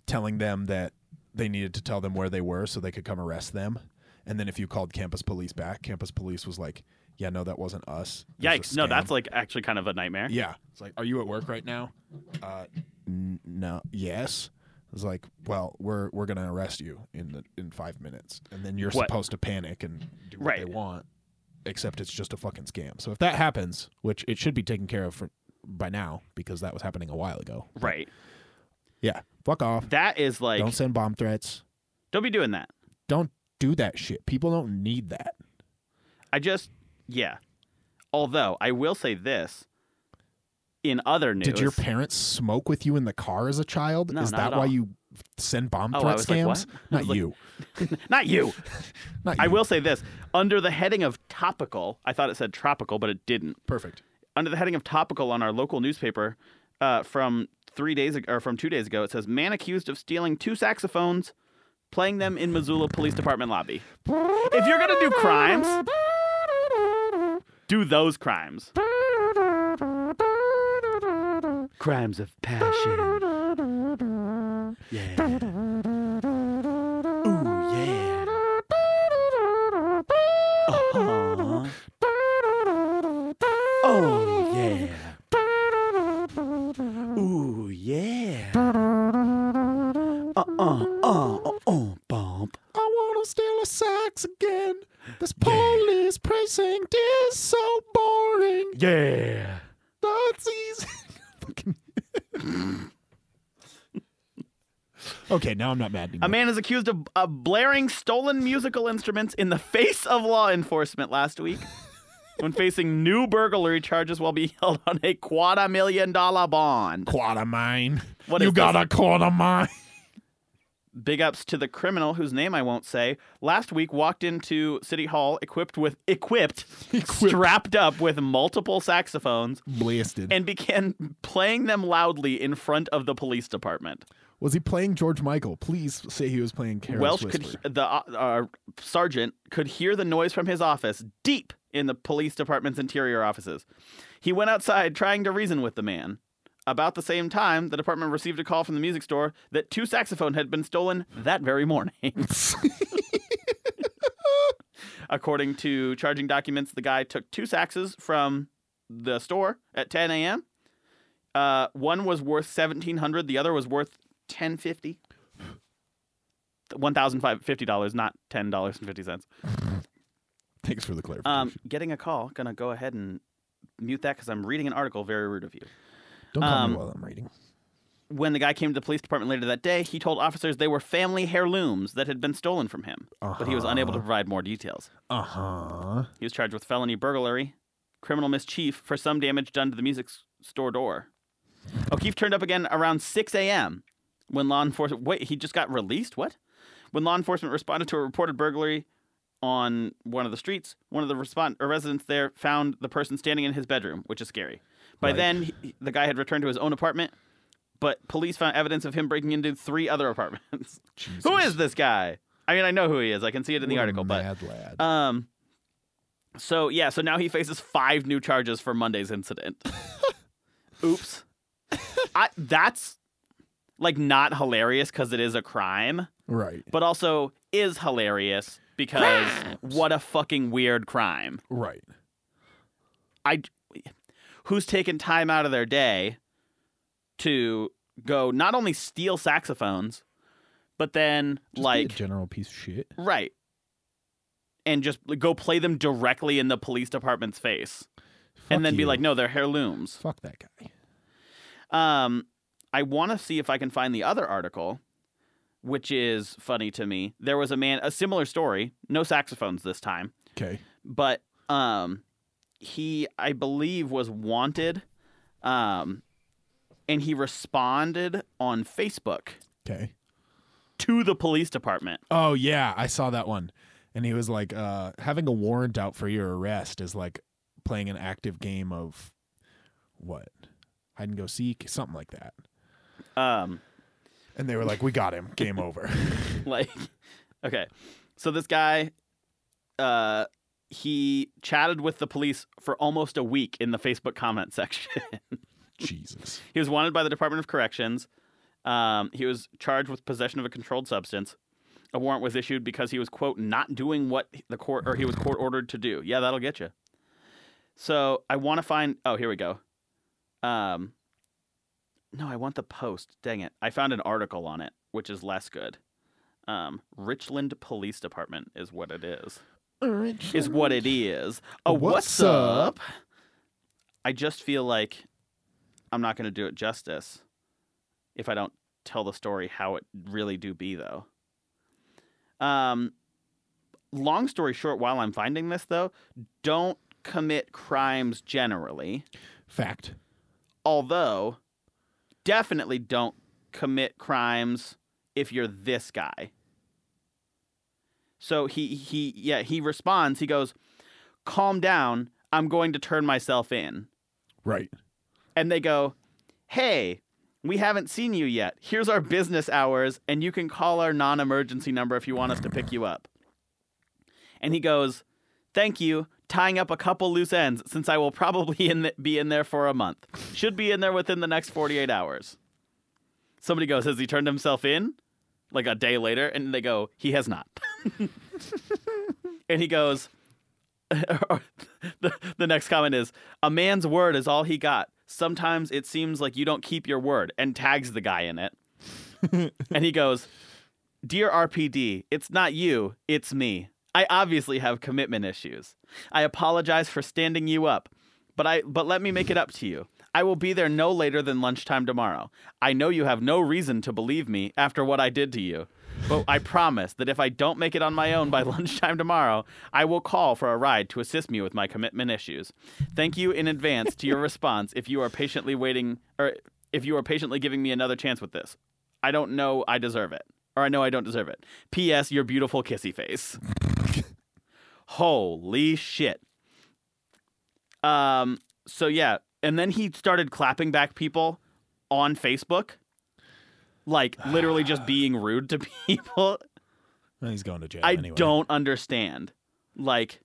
Speaker 3: telling them that they needed to tell them where they were so they could come arrest them. And then if you called campus police back, campus police was like, "Yeah, no, that wasn't us." It was a
Speaker 2: yikes. No,
Speaker 3: scam."
Speaker 2: that's like actually kind of a nightmare.
Speaker 3: yeah. It's like, "Are you at work right now?" Uh, n- no. Yes. It's like, "Well, we're we're gonna arrest you in the, in five minutes," and then you're
Speaker 2: What?
Speaker 3: supposed to panic and do what they
Speaker 2: Right.
Speaker 3: want except it's just a fucking scam. So if that happens, which it should be taken care of for, by now because that was happening a while ago.
Speaker 2: Right.
Speaker 3: Yeah, fuck off.
Speaker 2: That is like
Speaker 3: don't
Speaker 2: don't,
Speaker 3: send bomb threats.
Speaker 2: be doing that.
Speaker 3: Don't do that shit. People don't need that.
Speaker 2: I just yeah. Although I will say this. In other news,
Speaker 3: Did your parents smoke with you in the car as a child?
Speaker 2: No,
Speaker 3: Is
Speaker 2: not
Speaker 3: that
Speaker 2: at
Speaker 3: why
Speaker 2: all.
Speaker 3: you send bomb
Speaker 2: Oh, I
Speaker 3: threat
Speaker 2: was
Speaker 3: scams?
Speaker 2: like, what? I
Speaker 3: Not
Speaker 2: was like-
Speaker 3: you.
Speaker 2: not you.
Speaker 3: Not you.
Speaker 2: I will say this under the heading of topical. I thought it said tropical, but it didn't.
Speaker 3: Perfect.
Speaker 2: Under the heading of topical on our local newspaper, uh, from three days ago or from two days ago, it says man accused of stealing two saxophones, playing them in Missoula Police Department lobby. If you're gonna do crimes, do those crimes. Crimes of passion. Yeah. Ooh yeah. Uh-huh. Oh yeah. Ooh yeah. Uh
Speaker 3: Uh-uh,
Speaker 2: uh uh uh uh bump.
Speaker 3: I wanna steal a sax again. This police precinct is so boring.
Speaker 2: Yeah.
Speaker 3: Nazis. Fucking- okay, now I'm not mad anymore.
Speaker 2: A man is accused of, of blaring stolen musical instruments in the face of law enforcement last week when facing new burglary charges while being held on a quarter million dollar bond.
Speaker 3: quarter mine.
Speaker 2: What
Speaker 3: you
Speaker 2: is
Speaker 3: got
Speaker 2: this?
Speaker 3: a quarter mine.
Speaker 2: Big ups to the criminal whose name I won't say. Last week walked into City Hall equipped with equipped, strapped up with multiple saxophones
Speaker 3: Blasted.
Speaker 2: and began playing them loudly in front of the police department.
Speaker 3: was he playing George Michael? Please say he was playing Carol's
Speaker 2: Welsh
Speaker 3: Whisper.
Speaker 2: could he- the uh, uh, sergeant could hear the noise from his office deep in the police department's interior offices. He went outside trying to reason with the man. About the same time, the department received a call from the music store that two saxophone had been stolen that very morning. According to charging documents, the guy took two saxes from the store at 10 a.m. Uh, one was worth 1700 the other was worth 1050 $1,050, not $10.50.
Speaker 3: Thanks for the clarification.
Speaker 2: Um, getting a call. Gonna go ahead and mute that because I'm reading an article. Very rude of you.
Speaker 3: Don't call
Speaker 2: um,
Speaker 3: me while I'm reading.
Speaker 2: when the guy came to the police department later that day, he told officers they were family heirlooms that had been stolen from him, but he was unable to provide more details.
Speaker 3: Uh huh.
Speaker 2: He was charged with felony burglary, criminal mischief for some damage done to the music s- store door. O'Keefe turned up again around 6 a.m. when law enforcement. Wait, he just got released? What? When law enforcement responded to a reported burglary on one of the streets, one of the respond- or residents there found the person standing in his bedroom, which is scary. By
Speaker 3: Right.
Speaker 2: then, he- the guy had returned to his own apartment, but police found evidence of him breaking into three other apartments. who is this guy? I mean, I know who he is. I can see it in the article, but
Speaker 3: mad lad.
Speaker 2: um. So yeah, so now he faces five new charges for Monday's incident. Oops. I, that's like not hilarious because it is a crime,
Speaker 3: right.
Speaker 2: but also is hilarious because what a fucking weird crime.
Speaker 3: Right.
Speaker 2: I who's taken time out of their day to go not only steal saxophones, but then
Speaker 3: Just be a
Speaker 2: like
Speaker 3: general piece of shit.
Speaker 2: Right. And just go play them directly in the police department's face.
Speaker 3: Fuck
Speaker 2: and then be
Speaker 3: you.
Speaker 2: like, no, they're heirlooms.
Speaker 3: fuck that guy.
Speaker 2: Um, I want to see if I can find the other article, which is funny to me. There was a man, a similar story, no saxophones this time,
Speaker 3: Okay.
Speaker 2: but um, he, I believe, was wanted. Um, and he responded on Facebook
Speaker 3: Okay.
Speaker 2: to the police department.
Speaker 3: Oh yeah, I saw that one. And he was like, uh, having a warrant out for your arrest is like playing an active game of what? Hide and go seek, something like that.
Speaker 2: Um,
Speaker 3: And they were like, We got him. Game over.
Speaker 2: like okay so this guy uh he chatted with the police for almost a week in the facebook comment section
Speaker 3: Jesus.
Speaker 2: he was wanted by the department of corrections um, he was charged with possession of a controlled substance a warrant was issued because he was quote not doing what the court or he was court ordered to do yeah that'll get you so i want to find oh here we go um, no i want the post dang it i found an article on it which is less good um, richland police department is what it is is what it is. A what's,
Speaker 3: what's
Speaker 2: up? I just feel like I'm not going to do it justice if I don't tell the story how it really do be though. Um long story short while I'm finding this though, don't commit crimes generally,
Speaker 3: Fact.
Speaker 2: although definitely don't commit crimes if you're this guy. So he he yeah, he responds. He goes, "Calm down. I'm going to turn myself in."
Speaker 3: Right.
Speaker 2: And they go, "Hey, we haven't seen you yet. Here's our business hours and you can call our non-emergency number if you want us to pick you up." And he goes, "Thank you." Tying up a couple loose ends since I will probably in th- be in there for a month. Should be in there within the next 48 hours. Somebody goes, Has he turned himself in? Like a day later. And they go, He has not. and he goes, the, the next comment is a man's word is all he got sometimes it seems like you don't keep your word and tags the guy in it and he goes dear rpd it's not you it's me i obviously have commitment issues i apologize for standing you up but i but let me make it up to you i will be there no later than lunchtime tomorrow i know you have no reason to believe me after what i did to you but I promise that if I don't make it on my own by lunchtime tomorrow, I will call for a ride to assist me with my commitment issues. Thank you in advance to your response if you are patiently waiting or if you are patiently giving me another chance with this. I don't know I deserve it. Or I know I don't deserve it. P.S. Your beautiful kissy face. Holy shit. Um so yeah, and then he started clapping back people on Facebook. Like literally just being rude to people.
Speaker 3: Well, he's going to jail
Speaker 2: I
Speaker 3: anyway.
Speaker 2: don't understand. Like,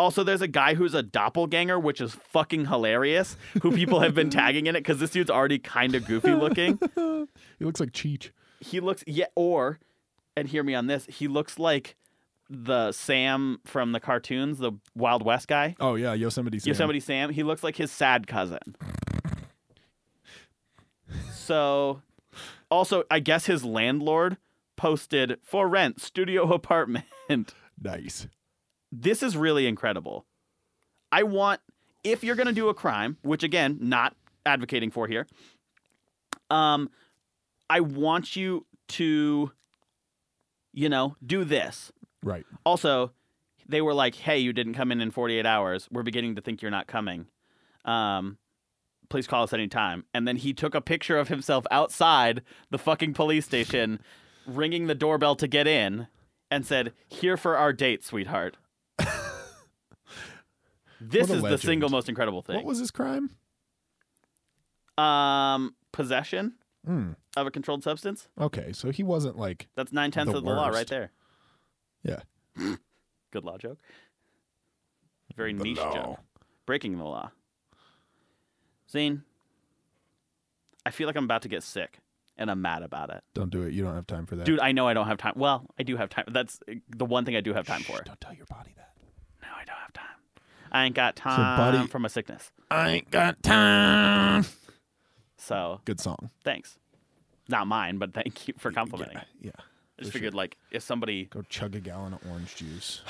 Speaker 2: also, there's a guy who's a doppelganger, which is fucking hilarious, who people have been tagging in it because this dude's already kind of goofy looking.
Speaker 3: He looks like Cheech.
Speaker 2: He looks, yeah, or, and hear me on this, he looks like the Sam from the cartoons, the Wild West guy.
Speaker 3: Oh yeah, Yosemite Sam.
Speaker 2: Yosemite Sam. He looks like his sad cousin. so, also, I guess his landlord posted for rent studio apartment.
Speaker 3: Nice.
Speaker 2: this is really incredible. I want if you're going to do a crime, which again, not advocating for here, um, I want you to, you know, do this.
Speaker 3: Right.
Speaker 2: Also, they were like, "Hey, you didn't come in in 48 hours. We're beginning to think you're not coming. Um, please call us anytime." And then he took a picture of himself outside the fucking police station, ringing the doorbell to get in, and said, "Here for our date, sweetheart." this
Speaker 3: What a
Speaker 2: is the
Speaker 3: legend.
Speaker 2: single most incredible thing.
Speaker 3: What was his crime?
Speaker 2: um, possession
Speaker 3: Hmm.
Speaker 2: of a controlled substance.
Speaker 3: Okay, so he wasn't like
Speaker 2: That's nine tenths
Speaker 3: The
Speaker 2: of the law right
Speaker 3: worst.
Speaker 2: there.
Speaker 3: yeah.
Speaker 2: Good law joke. Very
Speaker 3: the
Speaker 2: niche joke.
Speaker 3: law.
Speaker 2: breaking the law. Zane, I feel like I'm about to get sick, and I'm mad about it,
Speaker 3: Don't do it. You don't have time for that,
Speaker 2: dude. I know I don't have time. Well, I do have time. That's uh, the one thing I do have time for.
Speaker 3: Don't tell your body that.
Speaker 2: No, I don't have time. I ain't got time
Speaker 3: buddy-
Speaker 2: for my sickness.
Speaker 3: I ain't got time.
Speaker 2: So
Speaker 3: Good song.
Speaker 2: thanks. Not mine, but thank you for complimenting.
Speaker 3: Yeah, yeah.
Speaker 2: I just figured, like, if somebody
Speaker 3: Go chug a gallon of orange juice,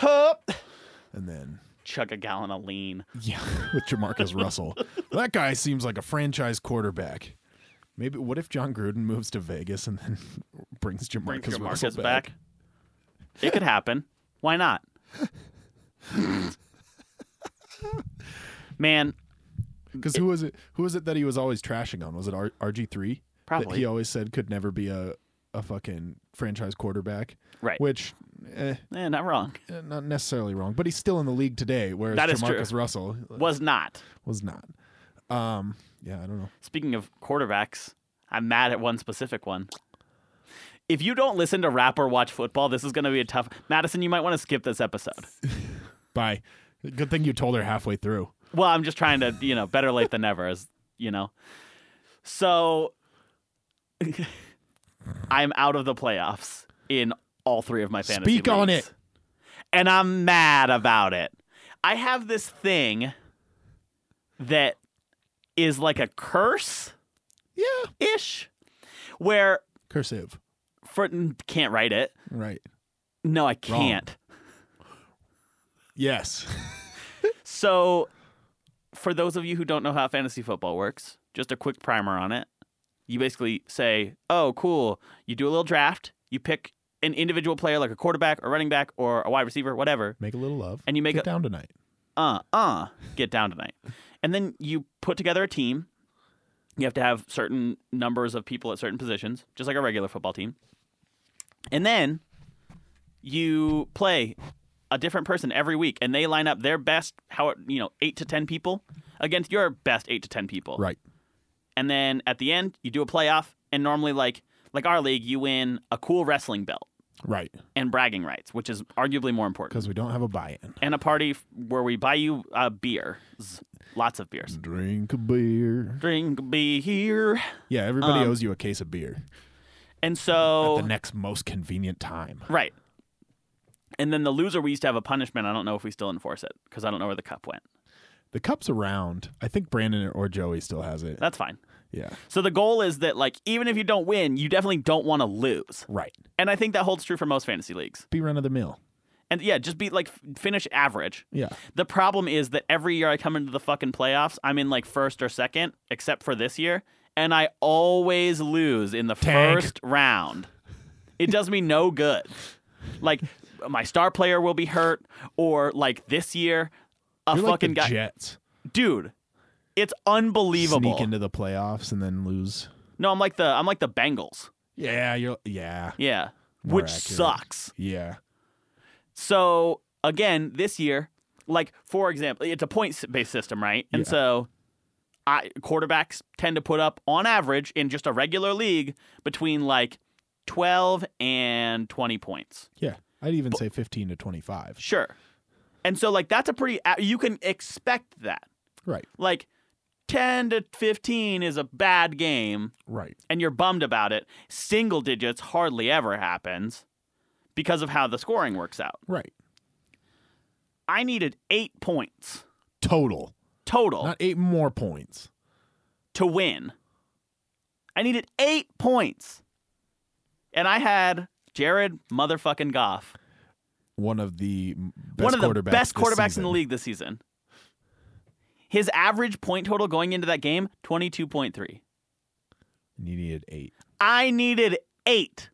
Speaker 3: and then
Speaker 2: chug a gallon of lean,
Speaker 3: yeah, with Jamarcus Russell. That guy seems like a franchise quarterback. Maybe what if John Gruden moves to Vegas and then brings Jamarcus,
Speaker 2: bring your
Speaker 3: Russell
Speaker 2: Marcus back. It could happen. Why not? Man,
Speaker 3: Because who was it? Who was it that he was always trashing on? Was it R- RG three? That
Speaker 2: Probably.
Speaker 3: he always said could never be a a fucking franchise quarterback.
Speaker 2: Right.
Speaker 3: Which, eh,
Speaker 2: eh, not wrong.
Speaker 3: eh, not necessarily wrong, but he's still in the league today. Whereas
Speaker 2: That is true.
Speaker 3: Jamarcus Russell uh,
Speaker 2: Was not.
Speaker 3: was not. Um. Yeah, I don't know.
Speaker 2: Speaking of quarterbacks, I'm mad at one specific one. If you don't listen to rap or watch football, this is going to be a tough. Madison, you might want to skip this episode.
Speaker 3: Bye. Good thing you told her halfway through.
Speaker 2: Well, I'm just trying to, you know, better late than never, as you know. So I'm out of the playoffs in all three of my fantasy.
Speaker 3: Speak on
Speaker 2: leagues.
Speaker 3: it.
Speaker 2: And I'm mad about it. I have this thing that is like a curse
Speaker 3: Yeah.
Speaker 2: ish where
Speaker 3: Cursive.
Speaker 2: for can't write it.
Speaker 3: Right.
Speaker 2: No, I can't.
Speaker 3: Yes.
Speaker 2: So, for those of you who don't know how fantasy football works, just a quick primer on it. You basically say, "Oh, cool. You do a little draft. You pick an individual player like a quarterback or running back or a wide receiver, whatever,
Speaker 3: Make a little love.
Speaker 2: And you make
Speaker 3: Get
Speaker 2: a-
Speaker 3: down tonight.
Speaker 2: uh, uh, get down tonight. And then you put together a team. You have to have certain numbers of people at certain positions, just like a regular football team. And then you play a different person every week, and they line up their best, how you know, eight to ten people against your best eight to ten people.
Speaker 3: Right.
Speaker 2: And then at the end, you do a playoff, and normally, like like our league, you win a cool wrestling belt
Speaker 3: Right.
Speaker 2: and bragging rights, which is arguably more important
Speaker 3: Because we don't have a buy-in.
Speaker 2: and a party f- where we buy you uh, beer, lots of beers.
Speaker 3: Drink a beer.
Speaker 2: Drink beer,
Speaker 3: Yeah, everybody
Speaker 2: Um,
Speaker 3: owes you a case of beer.
Speaker 2: and so
Speaker 3: the next most convenient time.
Speaker 2: right. And then the loser, we used to have a punishment. I don't know if we still enforce it because I don't know where the cup went.
Speaker 3: The cup's around. I think Brandon or Joey still has it.
Speaker 2: That's fine.
Speaker 3: Yeah.
Speaker 2: So the goal is that like even if you don't win, you definitely don't want to lose.
Speaker 3: Right.
Speaker 2: And I think that holds true for most fantasy leagues.
Speaker 3: Be run of the mill.
Speaker 2: And yeah, just be like f- finish average.
Speaker 3: Yeah.
Speaker 2: The problem is that every year I come into the fucking playoffs, I'm in like first or second, except for this year, and I always lose in the
Speaker 3: Tank.
Speaker 2: first round. It does me no good. Like my star player will be hurt, or like this year, a
Speaker 3: You're
Speaker 2: fucking
Speaker 3: like the
Speaker 2: guy,
Speaker 3: Jets.
Speaker 2: dude. It's unbelievable.
Speaker 3: Sneak into the playoffs and then lose.
Speaker 2: no, I'm like the I'm like the Bengals.
Speaker 3: Yeah, you're yeah.
Speaker 2: Yeah,
Speaker 3: More
Speaker 2: which
Speaker 3: accurate.
Speaker 2: sucks.
Speaker 3: Yeah.
Speaker 2: So again, this year, like for example, it's a points based system, right? And
Speaker 3: Yeah.
Speaker 2: so I quarterbacks tend to put up on average in just a regular league between like 12 and 20 points.
Speaker 3: Yeah. I'd even say 15 to 25.
Speaker 2: Sure. And so like that's a pretty you can expect that.
Speaker 3: Right.
Speaker 2: Like 10 to 15 is a bad game
Speaker 3: Right.
Speaker 2: and you're bummed about it. Single digits hardly ever happens because of how the scoring works out.
Speaker 3: Right.
Speaker 2: I needed 8 points
Speaker 3: Total.
Speaker 2: total.
Speaker 3: Not 8 more points.
Speaker 2: to win. I needed eight points. And I had Jared motherfucking Goff,
Speaker 3: One of the m- best
Speaker 2: one of the
Speaker 3: quarterbacks
Speaker 2: best
Speaker 3: this
Speaker 2: quarterbacks in
Speaker 3: season.
Speaker 2: the league this season. His average point total going into that game, 22.3.
Speaker 3: and you needed eight.
Speaker 2: I needed eight.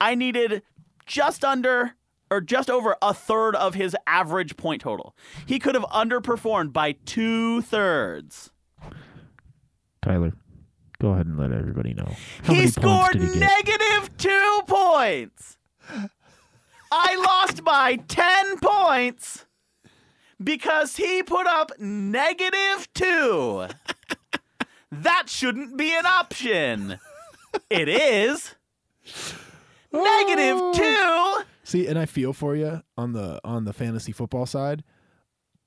Speaker 2: I needed just under or just over a third of his average point total. He could have underperformed by two thirds.
Speaker 4: Tyler, go ahead and let everybody know. How many
Speaker 2: He
Speaker 4: points
Speaker 2: scored
Speaker 4: did he get?
Speaker 2: negative two points. I lost by 10 points because he put up negative two. That shouldn't be an option. It is. Negative two.
Speaker 3: See, and I feel for you on the on the fantasy football side,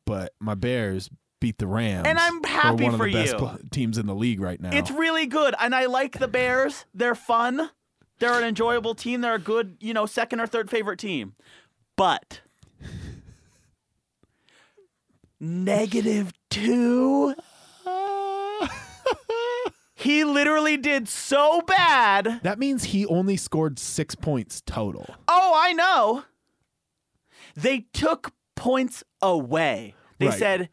Speaker 3: but my Bears beat the Rams,
Speaker 2: And I'm
Speaker 3: who are
Speaker 2: happy
Speaker 3: one of
Speaker 2: for
Speaker 3: the best
Speaker 2: you.
Speaker 3: pl- teams in the league right now.
Speaker 2: It's really good, and I like the Bears. They're fun. They're an enjoyable team. They're a good, you know, second or third favorite team. But negative two. he literally did so bad.
Speaker 3: that means he only scored six points total.
Speaker 2: Oh, I know. They took points away. They
Speaker 3: Right.
Speaker 2: said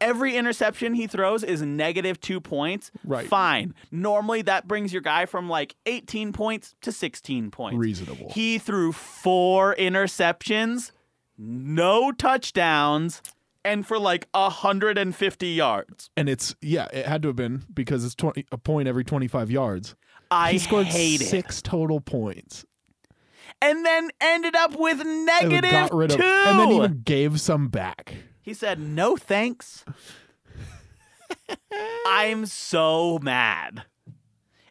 Speaker 2: every interception he throws is negative two points.
Speaker 3: Right.
Speaker 2: Fine. Normally that brings your guy from like 18 points to 16 points.
Speaker 3: Reasonable.
Speaker 2: He threw four interceptions, no touchdowns, and for like 150 yards.
Speaker 3: and it's yeah, it had to have been because it's twenty a point every twenty five yards.
Speaker 2: I
Speaker 3: he scored
Speaker 2: hate it.
Speaker 3: six total points.
Speaker 2: And then ended up with
Speaker 3: And
Speaker 2: negative
Speaker 3: got rid
Speaker 2: two.
Speaker 3: of, and then even gave some back.
Speaker 2: He said, No thanks. I'm so mad.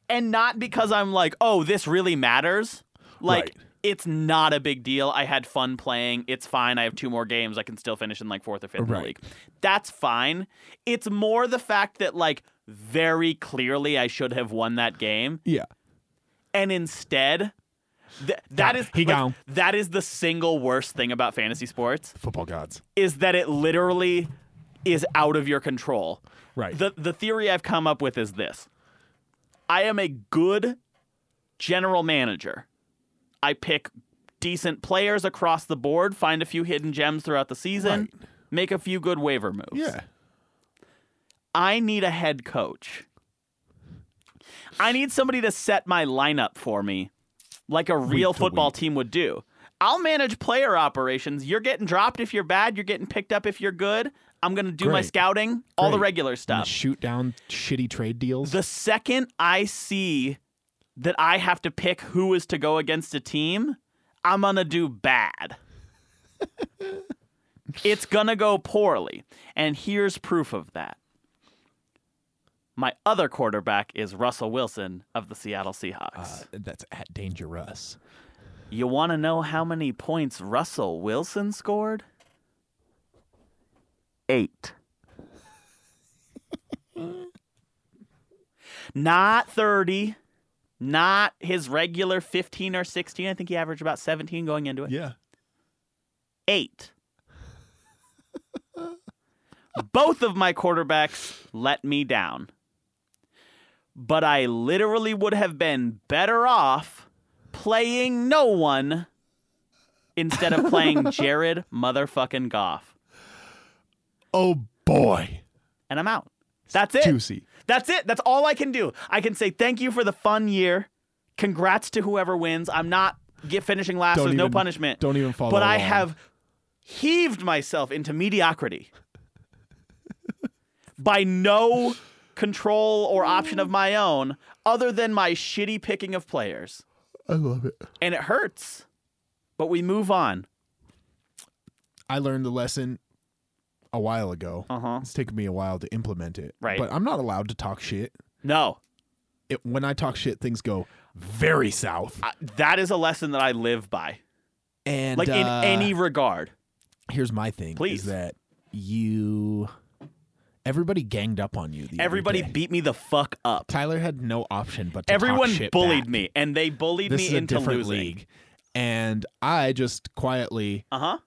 Speaker 2: And not because I'm like, oh, this really matters. Like,
Speaker 3: Right.
Speaker 2: it's not a big deal. I had fun playing. It's fine. I have two more games. I can still finish in like fourth or fifth in
Speaker 3: Right.
Speaker 2: the league. That's fine. It's more the fact that, like, very clearly I should have won that game
Speaker 3: Yeah,
Speaker 2: and instead th- that is
Speaker 3: he gone.
Speaker 2: that is the single worst thing about fantasy sports
Speaker 3: football gods.
Speaker 2: is that it literally is out of your control
Speaker 3: Right.
Speaker 2: the the theory I've come up with is this. I am a good general manager. I pick decent players across the board, find a few hidden gems throughout the season, make a few good waiver moves.
Speaker 3: yeah.
Speaker 2: I need a head coach. I need somebody to set my lineup for me like a real
Speaker 3: to
Speaker 2: football
Speaker 3: week.
Speaker 2: team would do. I'll manage player operations. You're getting dropped if you're bad, you're getting picked up if you're good. I'm going to do my
Speaker 3: Great.
Speaker 2: scouting, all the
Speaker 3: Great.
Speaker 2: regular
Speaker 3: And
Speaker 2: stuff.
Speaker 3: shoot down shitty trade deals.
Speaker 2: The second I see that I have to pick who is to go against a team, I'm going to do bad. it's going to go poorly. And here's proof of that. My other quarterback is Russell Wilson of the Seattle
Speaker 3: Uh,
Speaker 2: Seahawks.
Speaker 3: that's at dangerous.
Speaker 2: you want to know how many points Russell Wilson scored? Eight. not 30, not his regular 15 or 16. I think he averaged about 17 going into it.
Speaker 3: Yeah.
Speaker 2: Eight. Both of my quarterbacks let me down. But I literally would have been better off playing no one instead of playing Jared motherfucking Goff.
Speaker 3: Oh boy.
Speaker 2: And I'm out. That's it.
Speaker 3: Juicy.
Speaker 2: That's it. That's all I can do. I can say thank you for the fun year. Congrats to whoever wins. I'm not get finishing last.
Speaker 3: Don't
Speaker 2: There's no
Speaker 3: even-
Speaker 2: punishment.
Speaker 3: don't even follow
Speaker 2: But I
Speaker 3: along.
Speaker 2: have heaved myself into mediocrity by no control or option of my own, other than my shitty picking of players,
Speaker 3: I love it.
Speaker 2: and it hurts. But we move on.
Speaker 3: I learned the lesson a while ago.
Speaker 2: Uh huh.
Speaker 3: It's taken me a while to implement it.
Speaker 2: Right.
Speaker 3: But I'm not allowed to talk shit.
Speaker 2: No,
Speaker 3: It, when I talk shit, things go very south.
Speaker 2: I, that is a lesson that I live by,
Speaker 3: And
Speaker 2: like in
Speaker 3: uh,
Speaker 2: any regard.
Speaker 3: here's my thing.
Speaker 2: Please.
Speaker 3: is that you? Everybody ganged up on you. The other
Speaker 2: Everybody
Speaker 3: day.
Speaker 2: beat me the fuck up.
Speaker 3: Tyler had no option but to talk
Speaker 2: Everyone
Speaker 3: shit
Speaker 2: bullied
Speaker 3: back.
Speaker 2: me, and they bullied
Speaker 3: This
Speaker 2: me
Speaker 3: is a
Speaker 2: into
Speaker 3: different
Speaker 2: losing.
Speaker 3: league, and I just quietly
Speaker 2: Uh huh.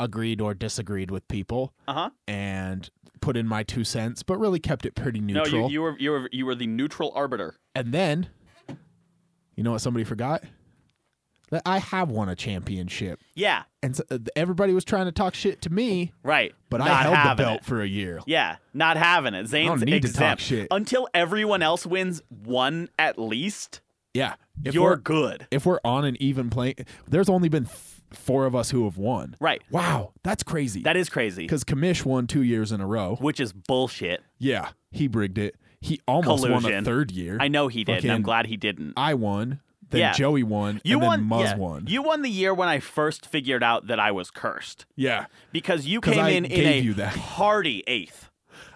Speaker 3: agreed or disagreed with people
Speaker 2: Uh huh.
Speaker 3: and put in my two cents, but really kept it pretty
Speaker 2: No,
Speaker 3: neutral.
Speaker 2: you, you were you were you were the neutral arbiter.
Speaker 3: And then, you know what somebody forgot? that I have won a championship,
Speaker 2: Yeah,
Speaker 3: and so, uh, everybody was trying to talk shit to me,
Speaker 2: right.
Speaker 3: but
Speaker 2: Not
Speaker 3: I held the
Speaker 2: having
Speaker 3: belt
Speaker 2: it.
Speaker 3: for a year.
Speaker 2: Yeah, not having it. Zane's
Speaker 3: need to talk
Speaker 2: exempt
Speaker 3: shit.
Speaker 2: until everyone else wins one at least.
Speaker 3: Yeah, if
Speaker 2: you're
Speaker 3: we're
Speaker 2: good.
Speaker 3: if we're on an even plane, there's only been th- four of us who have won.
Speaker 2: Right.
Speaker 3: Wow, that's crazy.
Speaker 2: That is crazy.
Speaker 3: because Kamish won two years in a row.
Speaker 2: Which is bullshit.
Speaker 3: Yeah, he brigged it. He almost won a
Speaker 2: Collusion.
Speaker 3: third year.
Speaker 2: I know he did, and I'm
Speaker 3: Fucking-
Speaker 2: glad he didn't.
Speaker 3: I won. Then
Speaker 2: Yeah.
Speaker 3: Joey won.
Speaker 2: you
Speaker 3: and
Speaker 2: won.
Speaker 3: Then Muzz
Speaker 2: yeah,
Speaker 3: won.
Speaker 2: You won the year when I first figured out that I was cursed
Speaker 3: yeah,
Speaker 2: because you
Speaker 3: 'Cause
Speaker 2: came
Speaker 3: I
Speaker 2: in in a
Speaker 3: gave you that.
Speaker 2: hearty eighth.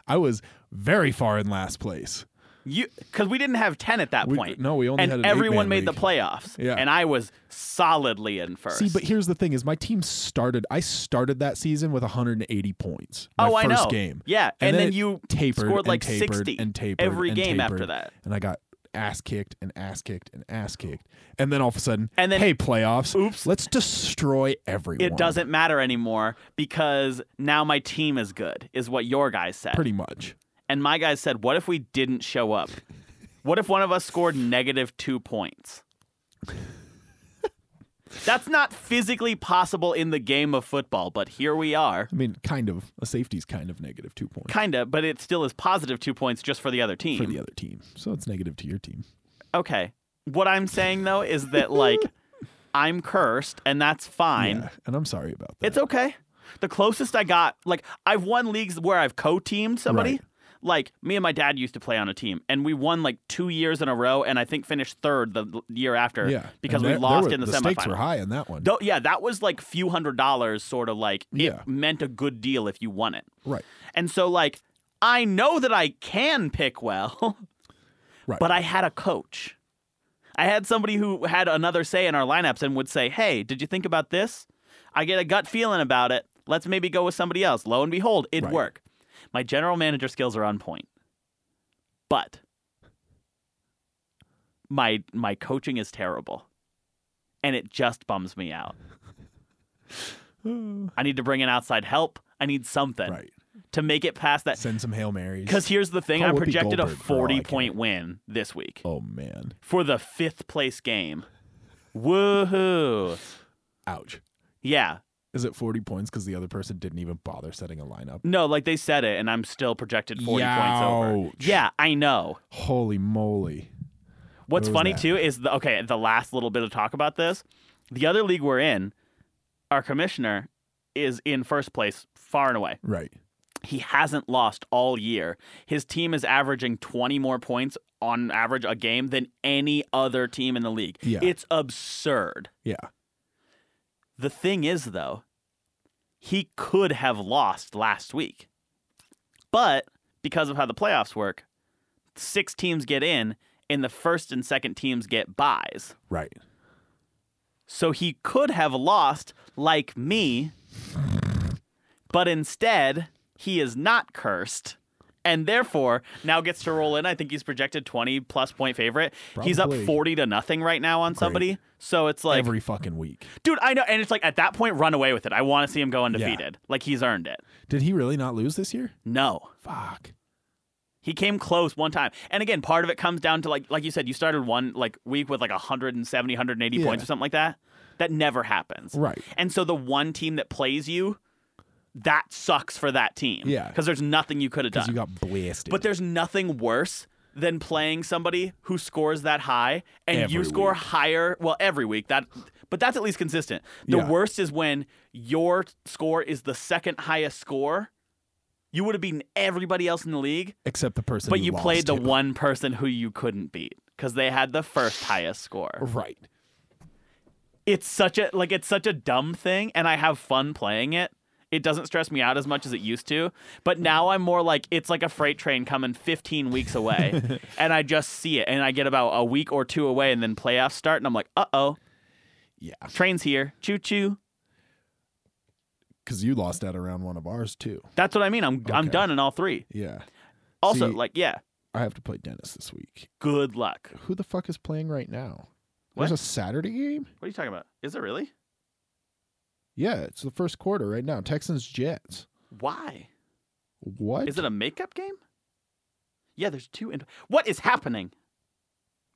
Speaker 3: I was very far in last place.
Speaker 2: You because we didn't have ten at that
Speaker 3: We-
Speaker 2: point.
Speaker 3: no, we only
Speaker 2: and
Speaker 3: had an
Speaker 2: everyone made
Speaker 3: eight-man
Speaker 2: the
Speaker 3: league.
Speaker 2: playoffs.
Speaker 3: Yeah.
Speaker 2: and I was solidly in first.
Speaker 3: See, but here's the thing: is my team started. I started that season with 180 points. My
Speaker 2: oh, I
Speaker 3: first
Speaker 2: know.
Speaker 3: Game.
Speaker 2: Yeah, and,
Speaker 3: then,
Speaker 2: then,
Speaker 3: it
Speaker 2: you
Speaker 3: tapered
Speaker 2: scored
Speaker 3: and
Speaker 2: like
Speaker 3: tapered
Speaker 2: sixty
Speaker 3: and tapered
Speaker 2: every
Speaker 3: and
Speaker 2: game after
Speaker 3: tapered,
Speaker 2: that.
Speaker 3: and I got ass kicked and ass kicked and ass kicked, and then all of a sudden,
Speaker 2: And then-
Speaker 3: hey playoffs,
Speaker 2: Oops.
Speaker 3: let's destroy everyone.
Speaker 2: It doesn't matter anymore because now my team is good, is what your guys said.
Speaker 3: pretty much.
Speaker 2: And my guys said, what if we didn't show up? What if one of us scored negative two points? That's not physically possible in the game of football, but here we are.
Speaker 3: I mean, kind of a safety's kind of negative two points
Speaker 2: Kinda, but it still is positive two points just for the other team.
Speaker 3: for the other team, so it's negative to your team.
Speaker 2: okay. What I'm saying though is that like I'm cursed and that's fine.
Speaker 3: Yeah, and I'm sorry about that.
Speaker 2: It's okay. The closest I got, like, I've won leagues where I've co teamed somebody.
Speaker 3: Right.
Speaker 2: Like, me and my dad used to play on a team, and we won like two years in a row, and I think finished third the l- year after
Speaker 3: yeah,
Speaker 2: because
Speaker 3: And
Speaker 2: we
Speaker 3: there- there
Speaker 2: lost
Speaker 3: were-
Speaker 2: in the,
Speaker 3: the stakes were
Speaker 2: semifinal.
Speaker 3: high in that one.
Speaker 2: Though, yeah, that was like few hundred dollars, sort of like it
Speaker 3: Yeah.
Speaker 2: meant a good deal if you won it.
Speaker 3: Right,
Speaker 2: And so, like, I know that I can pick well,
Speaker 3: Right.
Speaker 2: but I had a coach. I had somebody who had another say in our lineups and would say, Hey, did you think about this? I get a gut feeling about it. Let's maybe go with somebody else. Lo and behold, it'd
Speaker 3: Right.
Speaker 2: work. My general manager skills are on point. But my my coaching is terrible. And it just bums me out. I need to bring in outside help. I need something
Speaker 3: right.
Speaker 2: to make it past that
Speaker 3: Send some hail marys.
Speaker 2: because here's the thing:
Speaker 3: Call
Speaker 2: I
Speaker 3: Whoopi
Speaker 2: projected a
Speaker 3: Goldberg for all I
Speaker 2: 40 point win this week
Speaker 3: oh man,
Speaker 2: for the fifth place game. Woohoo!
Speaker 3: ouch.
Speaker 2: Yeah,
Speaker 3: Is it 40 points because the other person didn't even bother setting a lineup?
Speaker 2: no, like they said it, and I'm still projected 40 points over.
Speaker 3: Youch.
Speaker 2: Yeah, I know.
Speaker 3: Holy moly.
Speaker 2: What's
Speaker 3: What was
Speaker 2: funny
Speaker 3: that?
Speaker 2: too is the okay, the last little bit of talk about this. The other league we're in, our commissioner is in first place far and away.
Speaker 3: Right.
Speaker 2: He hasn't lost all year. His team is averaging 20 more points on average a game than any other team in the league.
Speaker 3: Yeah.
Speaker 2: It's absurd.
Speaker 3: Yeah.
Speaker 2: The thing is, though, he could have lost last week. But because of how the playoffs work, six teams get in, and the first and second teams get buys.
Speaker 3: Right.
Speaker 2: So he could have lost like me, but instead he is not cursed. And therefore, now gets to roll in. I think he's projected 20 plus point favorite. He's up
Speaker 3: Probably.
Speaker 2: 40 to nothing right now on somebody. So it's like,
Speaker 3: Every fucking week.
Speaker 2: dude, I know. And it's like, at that point, run away with it. I want to see him go undefeated. Like, he's earned it.
Speaker 3: Did he really not lose this year?
Speaker 2: No.
Speaker 3: Fuck.
Speaker 2: He came close one time. And again, part of it comes down to like like you said, you started one like week with like 170, 180
Speaker 3: Yeah.
Speaker 2: points or something like that. That never happens.
Speaker 3: Right.
Speaker 2: And so the one team that plays you, that sucks for that team.
Speaker 3: Yeah.
Speaker 2: Because there's nothing you could have
Speaker 3: Because
Speaker 2: done.
Speaker 3: you got blasted.
Speaker 2: but there's nothing worse than playing somebody who scores that high and you
Speaker 3: Every
Speaker 2: score
Speaker 3: week.
Speaker 2: higher well every week that but that's at least consistent. The
Speaker 3: Yeah.
Speaker 2: worst is when your score is the second highest score. You would have beaten everybody else in the league
Speaker 3: Except the person
Speaker 2: but
Speaker 3: who
Speaker 2: you
Speaker 3: lost
Speaker 2: played the
Speaker 3: him.
Speaker 2: one person who you couldn't beat because they had the first highest score.
Speaker 3: Right.
Speaker 2: It's such a like it's such a dumb thing, and I have fun playing it. It doesn't stress me out as much as it used to, but now I'm more like it's like a freight train coming 15 weeks away, and I just see it, and I get about a week or two away, and then playoffs start, and I'm like, uh oh,
Speaker 3: Yeah.
Speaker 2: train's here, choo choo.
Speaker 3: Because you lost out around one of ours too.
Speaker 2: That's what I mean. I'm I'm
Speaker 3: Okay.
Speaker 2: done in all three.
Speaker 3: Yeah.
Speaker 2: Also,
Speaker 3: See-
Speaker 2: like yeah,
Speaker 3: I have to play Dennis this week.
Speaker 2: good luck.
Speaker 3: Who the fuck is playing right now?
Speaker 2: What?
Speaker 3: There's a Saturday game?
Speaker 2: What are you talking about? Is it really?
Speaker 3: Yeah, it's the first quarter right now. Texans Jets.
Speaker 2: Why?
Speaker 3: What?
Speaker 2: Is it a makeup game? Yeah, there's two. In- what is happening?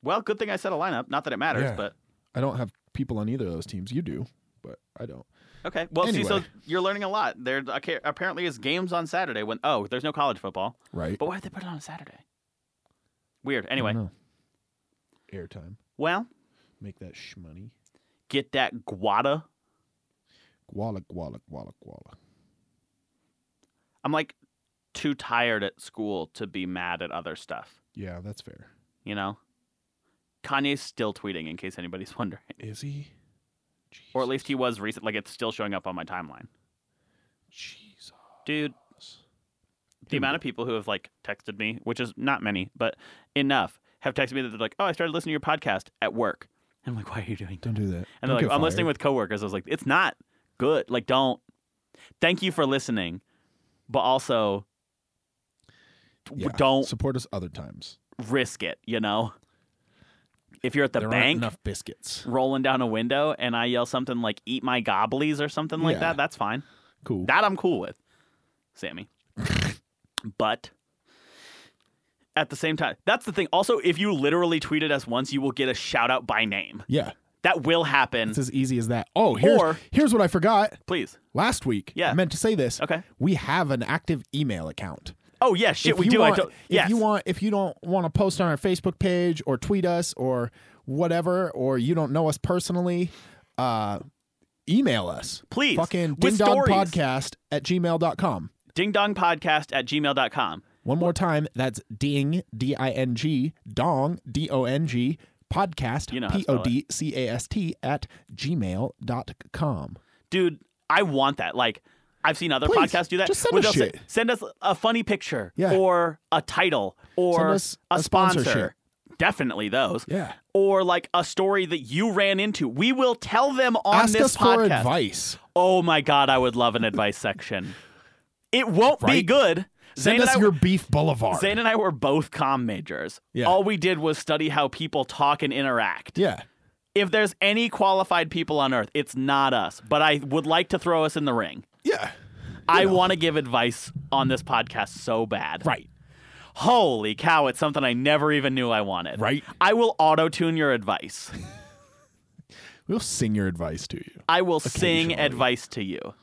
Speaker 2: Well, good thing I set a lineup. Not that it matters,
Speaker 3: Yeah.
Speaker 2: but
Speaker 3: I don't have people on either of those teams. You do, but I don't.
Speaker 2: Okay. Well, see, so
Speaker 3: Anyway.
Speaker 2: you're learning a lot. There okay, apparently is games on Saturday when oh, there's no college football.
Speaker 3: Right?
Speaker 2: But why would they put it on a Saturday? Weird. Anyway,
Speaker 3: No. Airtime.
Speaker 2: well,
Speaker 3: Make that shmoney.
Speaker 2: get that guada.
Speaker 3: Guala, guala, guala, guala.
Speaker 2: I'm like too tired at school to be mad at other stuff,
Speaker 3: Yeah, that's fair.
Speaker 2: you know? Kanye's still tweeting in case anybody's wondering.
Speaker 3: Is he?
Speaker 2: Or at least he was recent like it's still showing up on my timeline.
Speaker 3: Jesus.
Speaker 2: Dude, the amount of people who have like texted me, which is not many, but enough, have texted me that they're like, "Oh, I started listening to your podcast at work." And I'm like, "Why are you doing that?"
Speaker 3: Don't do that.
Speaker 2: And
Speaker 3: Don't
Speaker 2: they're like,
Speaker 3: get
Speaker 2: "I'm
Speaker 3: fired.
Speaker 2: listening with coworkers." I was like, "It's not good. Like, don't. Thank you for listening, but also w-
Speaker 3: Yeah,
Speaker 2: don't
Speaker 3: support us other times.
Speaker 2: risk it. You know, if you're at the
Speaker 3: there aren't
Speaker 2: bank."
Speaker 3: enough biscuits.
Speaker 2: Rolling down a window, and I yell something like "Eat my goblies" or something like
Speaker 3: Yeah.
Speaker 2: that. That's fine.
Speaker 3: Cool.
Speaker 2: That I'm cool with, Sammy. but at the same time, that's the thing. Also, if you literally tweet at us once, you will get a shout out by name.
Speaker 3: yeah,
Speaker 2: That will happen.
Speaker 3: it's as easy as that. Oh, here's,
Speaker 2: Or-
Speaker 3: here's what I forgot
Speaker 2: Please.
Speaker 3: last week.
Speaker 2: Yeah.
Speaker 3: I meant to say this.
Speaker 2: Okay.
Speaker 3: We have an active email account.
Speaker 2: Oh yeah, shit,
Speaker 3: if
Speaker 2: we
Speaker 3: you
Speaker 2: do.
Speaker 3: Want,
Speaker 2: I don't.
Speaker 3: if
Speaker 2: Yes.
Speaker 3: you want, if you don't want to post on our Facebook page or tweet us or whatever, or you don't know us personally, uh, email us.
Speaker 2: Please.
Speaker 3: Fucking
Speaker 2: With stories.
Speaker 3: dingdongpodcast at gmail.com.
Speaker 2: Dingdongpodcast at gmail.com.
Speaker 3: One more time, that's ding, D I N G, dong, D O N G, podcast,
Speaker 2: You know how to
Speaker 3: P
Speaker 2: spell
Speaker 3: O
Speaker 2: it.
Speaker 3: D C A S T, at gmail.com.
Speaker 2: Dude, I want that. Like I've seen other
Speaker 3: Please,
Speaker 2: podcasts do that.
Speaker 3: just send
Speaker 2: where
Speaker 3: us
Speaker 2: they'll say-
Speaker 3: shit.
Speaker 2: send us a funny picture
Speaker 3: Yeah.
Speaker 2: or a title or
Speaker 3: Send us
Speaker 2: a,
Speaker 3: a
Speaker 2: sponsor.
Speaker 3: sponsorship.
Speaker 2: Definitely those.
Speaker 3: Yeah.
Speaker 2: Or like a story that you ran into. We will tell them on
Speaker 3: Ask
Speaker 2: this
Speaker 3: us
Speaker 2: podcast.
Speaker 3: for advice.
Speaker 2: Oh my god, I would love an advice section. It won't be
Speaker 3: Right?
Speaker 2: good.
Speaker 3: Send
Speaker 2: Zane
Speaker 3: us
Speaker 2: and I,
Speaker 3: your beef boulevard.
Speaker 2: Zane and I were both comm majors.
Speaker 3: Yeah.
Speaker 2: All we did was study how people talk and interact.
Speaker 3: yeah.
Speaker 2: If there's any qualified people on earth, it's not us. But I would like to throw us in the ring.
Speaker 3: Yeah.
Speaker 2: I want to give advice on this podcast so bad.
Speaker 3: Right.
Speaker 2: Holy cow, it's something I never even knew I wanted.
Speaker 3: Right.
Speaker 2: I will auto tune your advice.
Speaker 3: We'll sing your advice to you.
Speaker 2: I will sing
Speaker 3: Occasionally.
Speaker 2: advice to you.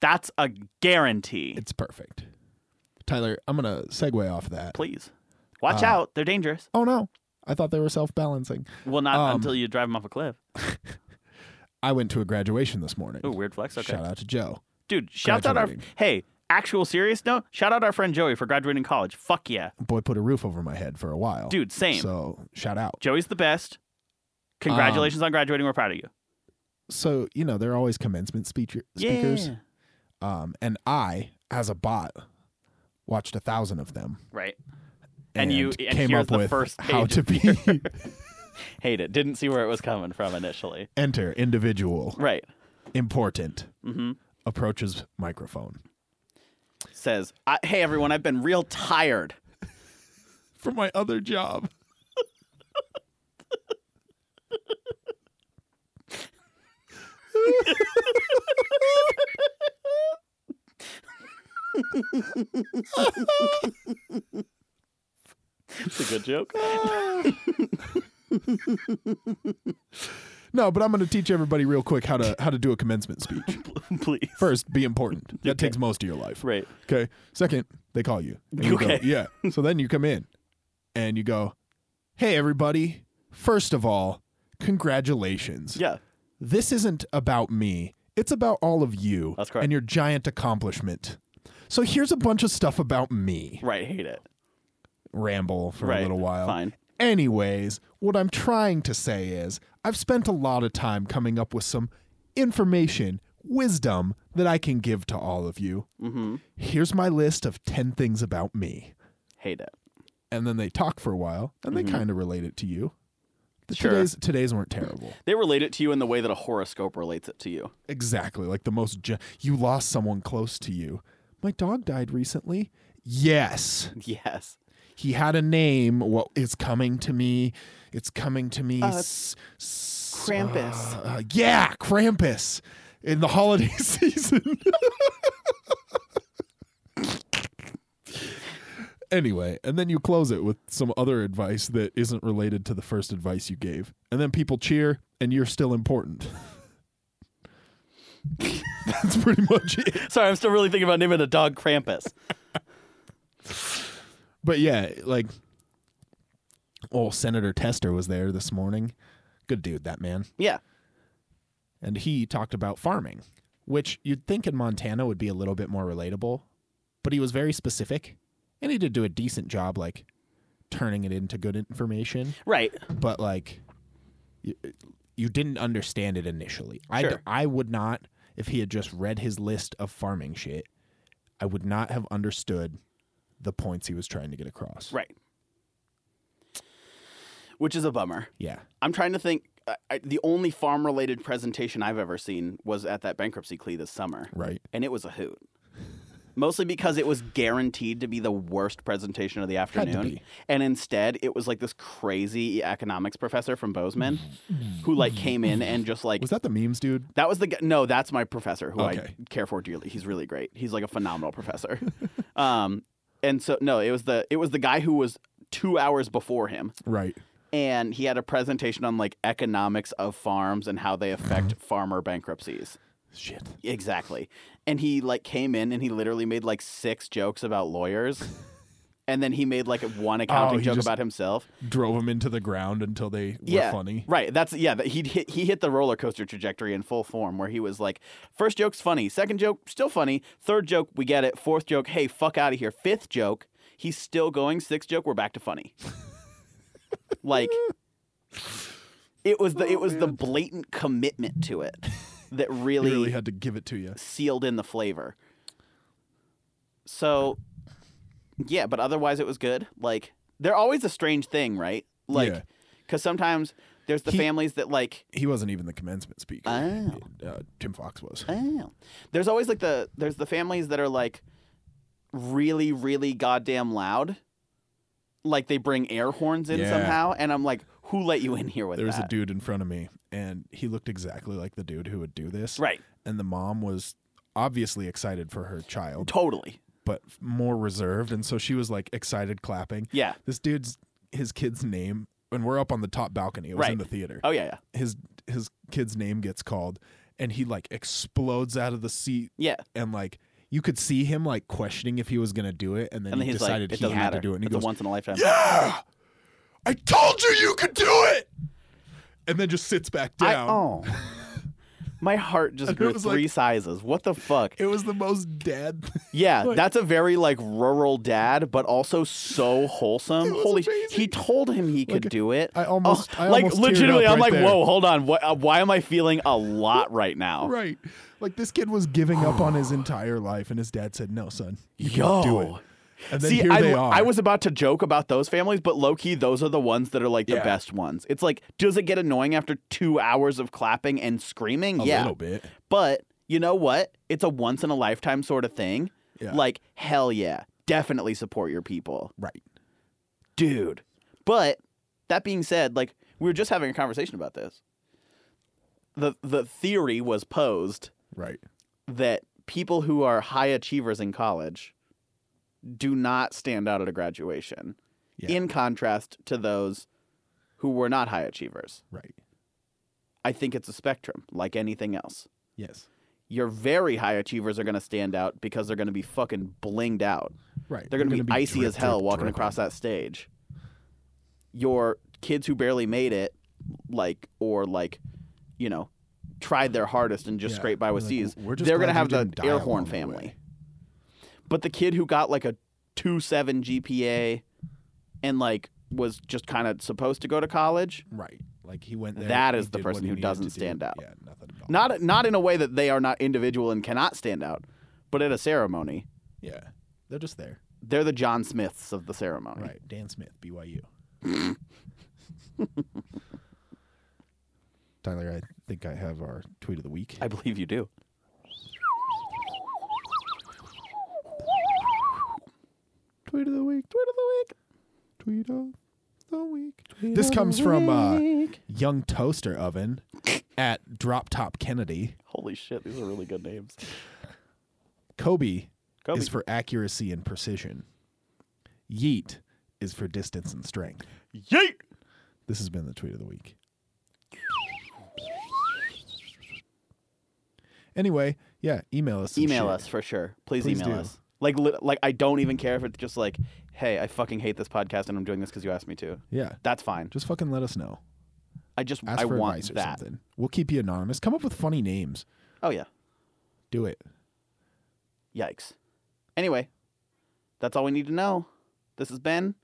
Speaker 2: That's a guarantee.
Speaker 3: It's perfect. Tyler, I'm going to segue off that.
Speaker 2: Please.
Speaker 3: Uh,
Speaker 2: Watch out. They're dangerous.
Speaker 3: Oh, no. I thought they were self balancing.
Speaker 2: Well, not
Speaker 3: um,
Speaker 2: until you drive them off a cliff.
Speaker 3: I went to a graduation this morning.
Speaker 2: Oh, weird flex. Okay.
Speaker 3: Shout out to Joe.
Speaker 2: Dude, shout out our.
Speaker 3: Graduating.
Speaker 2: Hey, actual serious note, shout out our friend Joey for graduating college. Fuck yeah.
Speaker 3: Boy put a roof over my head for a while.
Speaker 2: Dude, same.
Speaker 3: Oh, So, shout out.
Speaker 2: Joey's the best. Congratulations
Speaker 3: Um,
Speaker 2: on graduating. We're proud of you.
Speaker 3: so you know they're always commencement speech- speakers
Speaker 2: Yeah.
Speaker 3: um and i as a bot watched a thousand of them
Speaker 2: Right. And you- and
Speaker 3: came
Speaker 2: here's
Speaker 3: up
Speaker 2: the
Speaker 3: with
Speaker 2: first
Speaker 3: how
Speaker 2: page
Speaker 3: to be
Speaker 2: Hate it. Didn't see where it was coming from initially.
Speaker 3: enter individual
Speaker 2: Right.
Speaker 3: important
Speaker 2: Mm-hmm.
Speaker 3: approaches microphone
Speaker 2: Says, I, hey, everyone, I've been real tired.
Speaker 3: from my other job
Speaker 2: It's a good joke.
Speaker 3: no but i'm going to teach everybody real quick how to how to do a commencement speech
Speaker 2: Please.
Speaker 3: first be important that takes most of your life
Speaker 2: Right.
Speaker 3: Okay. Second, they call you. And you go-
Speaker 2: Okay.
Speaker 3: yeah. So then you come in and you go, Hey, everybody. First of all, congratulations.
Speaker 2: Yeah.
Speaker 3: This isn't about me, it's about all of you
Speaker 2: That's correct.
Speaker 3: and your giant accomplishment. So here's a bunch of stuff about me.
Speaker 2: Right. Hate it.
Speaker 3: Ramble for
Speaker 2: Right.
Speaker 3: a little while.
Speaker 2: Fine.
Speaker 3: Anyways, what I'm trying to say is I've spent a lot of time coming up with some information, wisdom that I can give to all of you.
Speaker 2: Mm-hmm.
Speaker 3: Here's my list of 10 things about me.
Speaker 2: Hate it.
Speaker 3: And then they talk for a while and they kind of relate it to you. The
Speaker 2: Mm-hmm. Sure.
Speaker 3: today's today's weren't terrible.
Speaker 2: They relate it to you in the way that a horoscope relates it to you.
Speaker 3: Exactly. Like the most gen- you lost someone close to you. My dog died recently. Yes.
Speaker 2: Yes.
Speaker 3: He had a name. What is coming to me? It's coming to me. S- s-
Speaker 2: Krampus.
Speaker 3: uh, uh, yeah, Krampus in the holiday season. Anyway, and then you close it with some other advice that isn't related to the first advice you gave. And then people cheer and you're still important. That's pretty much it.
Speaker 2: Sorry, I'm still really thinking about naming a dog Krampus.
Speaker 3: But yeah, like, oh, Senator Tester was there this morning. Good dude, that man.
Speaker 2: Yeah.
Speaker 3: And he talked about farming, which you'd think in Montana would be a little bit more relatable, but he was very specific and he did do a decent job, like, turning it into good information.
Speaker 2: Right.
Speaker 3: But, like, you, you didn't understand it initially. I,
Speaker 2: Sure.
Speaker 3: I would not, if he had just read his list of farming shit, I would not have understood the points he was trying to get across.
Speaker 2: Right. Which is a bummer.
Speaker 3: Yeah.
Speaker 2: I'm trying to think. I, I, the only farm related presentation I've ever seen was at that bankruptcy plea this summer,
Speaker 3: Right.
Speaker 2: and it was a hoot. Mostly because it was guaranteed to be the worst presentation of the afternoon.
Speaker 3: be.
Speaker 2: And instead, it was like this crazy economics professor from Bozeman who like came in and just like
Speaker 3: Was that the memes, dude?
Speaker 2: That was the g- no. That's my professor, who
Speaker 3: Okay.
Speaker 2: I care for dearly. He's really great. He's like a phenomenal professor. um, and so no, it was the it was the guy who was two hours before him,
Speaker 3: Right.
Speaker 2: and he had a presentation on like economics of farms and how they
Speaker 3: Uh-huh.
Speaker 2: affect farmer bankruptcies.
Speaker 3: Shit.
Speaker 2: Exactly. And he like came in and he literally made like six jokes about lawyers, and then he made like one accounting
Speaker 3: Oh, he
Speaker 2: joke
Speaker 3: just-
Speaker 2: about himself.
Speaker 3: Drove them into the ground until they were
Speaker 2: yeah,
Speaker 3: funny.
Speaker 2: Right. That's yeah. that- He hit he hit the roller coaster trajectory in full form, where he was like, first joke's funny, second joke still funny, third joke we get it, fourth joke hey fuck out of here, fifth joke he's still going, sixth joke we're back to funny. like, it was the it was
Speaker 3: Oh,
Speaker 2: the blatant commitment to it that
Speaker 3: He
Speaker 2: really,
Speaker 3: really had to give it to you.
Speaker 2: sealed in the flavor. So, yeah, but otherwise it was good. Like they're always a strange thing, right? Like,
Speaker 3: Yeah.
Speaker 2: because sometimes there's the
Speaker 3: He-
Speaker 2: families that like,
Speaker 3: He wasn't even the commencement speaker.
Speaker 2: Oh.
Speaker 3: Uh, Tim Fox was.
Speaker 2: oh, there's always like the there's the families that are like really really goddamn loud, like they bring air horns in
Speaker 3: Yeah.
Speaker 2: somehow, and I'm like, who let you in here with
Speaker 3: There was
Speaker 2: that?
Speaker 3: a dude in front of me, and he looked exactly like the dude who would do this.
Speaker 2: Right,
Speaker 3: And the mom was obviously excited for her child,
Speaker 2: totally.
Speaker 3: but more reserved. And so she was like excited clapping.
Speaker 2: Yeah.
Speaker 3: This dude's, his kid's name, and we're up on the top balcony. It was in
Speaker 2: Right.
Speaker 3: the theater.
Speaker 2: Oh yeah, yeah,
Speaker 3: His, his kid's name gets called, and he like explodes out of the seat
Speaker 2: yeah.
Speaker 3: and like you could see him like questioning if he was gonna do it, and then,
Speaker 2: And then
Speaker 3: he
Speaker 2: he's
Speaker 3: decided
Speaker 2: like, it
Speaker 3: he
Speaker 2: doesn't
Speaker 3: had
Speaker 2: matter.
Speaker 3: to do it. And he
Speaker 2: it's
Speaker 3: goes,
Speaker 2: a once in a lifetime.
Speaker 3: "Yeah, I told you you could do it," and then just sits back
Speaker 2: I-
Speaker 3: down.
Speaker 2: oh. My heart just
Speaker 3: And it
Speaker 2: grew
Speaker 3: was
Speaker 2: three
Speaker 3: like-
Speaker 2: sizes. What the fuck?
Speaker 3: It was the most dad.
Speaker 2: yeah, that's a very like rural dad, but also so wholesome.
Speaker 3: was
Speaker 2: Holy! sh-
Speaker 3: amazing.
Speaker 2: He told him he could
Speaker 3: Like,
Speaker 2: do it. Oh,
Speaker 3: I almost- I
Speaker 2: like
Speaker 3: almost teared
Speaker 2: legitimately.
Speaker 3: up
Speaker 2: I'm
Speaker 3: right
Speaker 2: like,
Speaker 3: there.
Speaker 2: whoa, hold on. What, uh, why am I feeling a lot right now?
Speaker 3: right, like this kid was giving up on his entire life, and his dad said, "No, son, you
Speaker 2: Yo.
Speaker 3: can't do it." And then
Speaker 2: See,
Speaker 3: here
Speaker 2: I,
Speaker 3: they are.
Speaker 2: I was about to joke about those families, but low key, those are the ones that are like the
Speaker 3: Yeah.
Speaker 2: best ones. It's like, does it get annoying after two hours of clapping and screaming?
Speaker 3: a
Speaker 2: yeah,
Speaker 3: little bit.
Speaker 2: But you know what? It's a once in a lifetime sort of thing.
Speaker 3: Yeah.
Speaker 2: Like, hell yeah. Definitely support your people.
Speaker 3: Right.
Speaker 2: Dude. But that being said, like, we were just having a conversation about this. The the theory was posed
Speaker 3: Right.
Speaker 2: that people who are high achievers in college do not stand out at a graduation.
Speaker 3: Yeah.
Speaker 2: In contrast to those who were not high achievers.
Speaker 3: Right.
Speaker 2: I think it's a spectrum, like anything else
Speaker 3: Yes.
Speaker 2: your very high achievers are going to stand out because they're going to be fucking blinged out.
Speaker 3: Right.
Speaker 2: They're going to
Speaker 3: You're
Speaker 2: be,
Speaker 3: gonna
Speaker 2: icy
Speaker 3: drip,
Speaker 2: as hell
Speaker 3: drip,
Speaker 2: walking
Speaker 3: drip.
Speaker 2: across that stage. Your kids who barely made it, like, or like, you know, tried their hardest and just
Speaker 3: Yeah.
Speaker 2: scraped by with
Speaker 3: They're like,
Speaker 2: C's,
Speaker 3: "We're just
Speaker 2: they're going to
Speaker 3: glad
Speaker 2: have
Speaker 3: you
Speaker 2: the
Speaker 3: didn't die
Speaker 2: air horn
Speaker 3: along the
Speaker 2: family.
Speaker 3: way."
Speaker 2: But the kid who got like a 2 7 GPA and like was just kind of supposed to go to college,
Speaker 3: Right. Like he went there.
Speaker 2: That
Speaker 3: he
Speaker 2: is the
Speaker 3: did what
Speaker 2: person
Speaker 3: he
Speaker 2: who
Speaker 3: needed
Speaker 2: doesn't
Speaker 3: to do.
Speaker 2: stand out.
Speaker 3: Yeah. Nothing at all.
Speaker 2: not, not in a way that they are not individual and cannot stand out, but at a ceremony.
Speaker 3: Yeah. They're just there.
Speaker 2: They're the John Smiths of the ceremony.
Speaker 3: Right. Dan Smith, BYU. Tyler, I think I have our tweet of the week.
Speaker 2: I believe you do.
Speaker 3: tweet of the week. Tweet of the week. Tweet of the week. this comes from uh, Young Toaster Oven at Drop Top Kennedy.
Speaker 2: Holy shit, these are really good names.
Speaker 3: Kobe,
Speaker 2: Kobe.
Speaker 3: is for accuracy and precision. Yeet is for distance and strength.
Speaker 2: Yeet.
Speaker 3: This has been the tweet of the week. Anyway, yeah, email us. some
Speaker 2: Email
Speaker 3: shit.
Speaker 2: us for sure. Please,
Speaker 3: Please
Speaker 2: email
Speaker 3: do.
Speaker 2: us. Like, li- like I don't even care if it's just like, hey, I fucking hate this podcast and I'm doing this because you asked me to.
Speaker 3: Yeah,
Speaker 2: That's fine.
Speaker 3: just fucking let us know.
Speaker 2: I just
Speaker 3: Ask
Speaker 2: I
Speaker 3: for
Speaker 2: want
Speaker 3: advice or
Speaker 2: that.
Speaker 3: something. We'll keep you anonymous. Come up with funny names.
Speaker 2: Oh yeah.
Speaker 3: Do it.
Speaker 2: Yikes. Anyway, that's all we need to know. This has been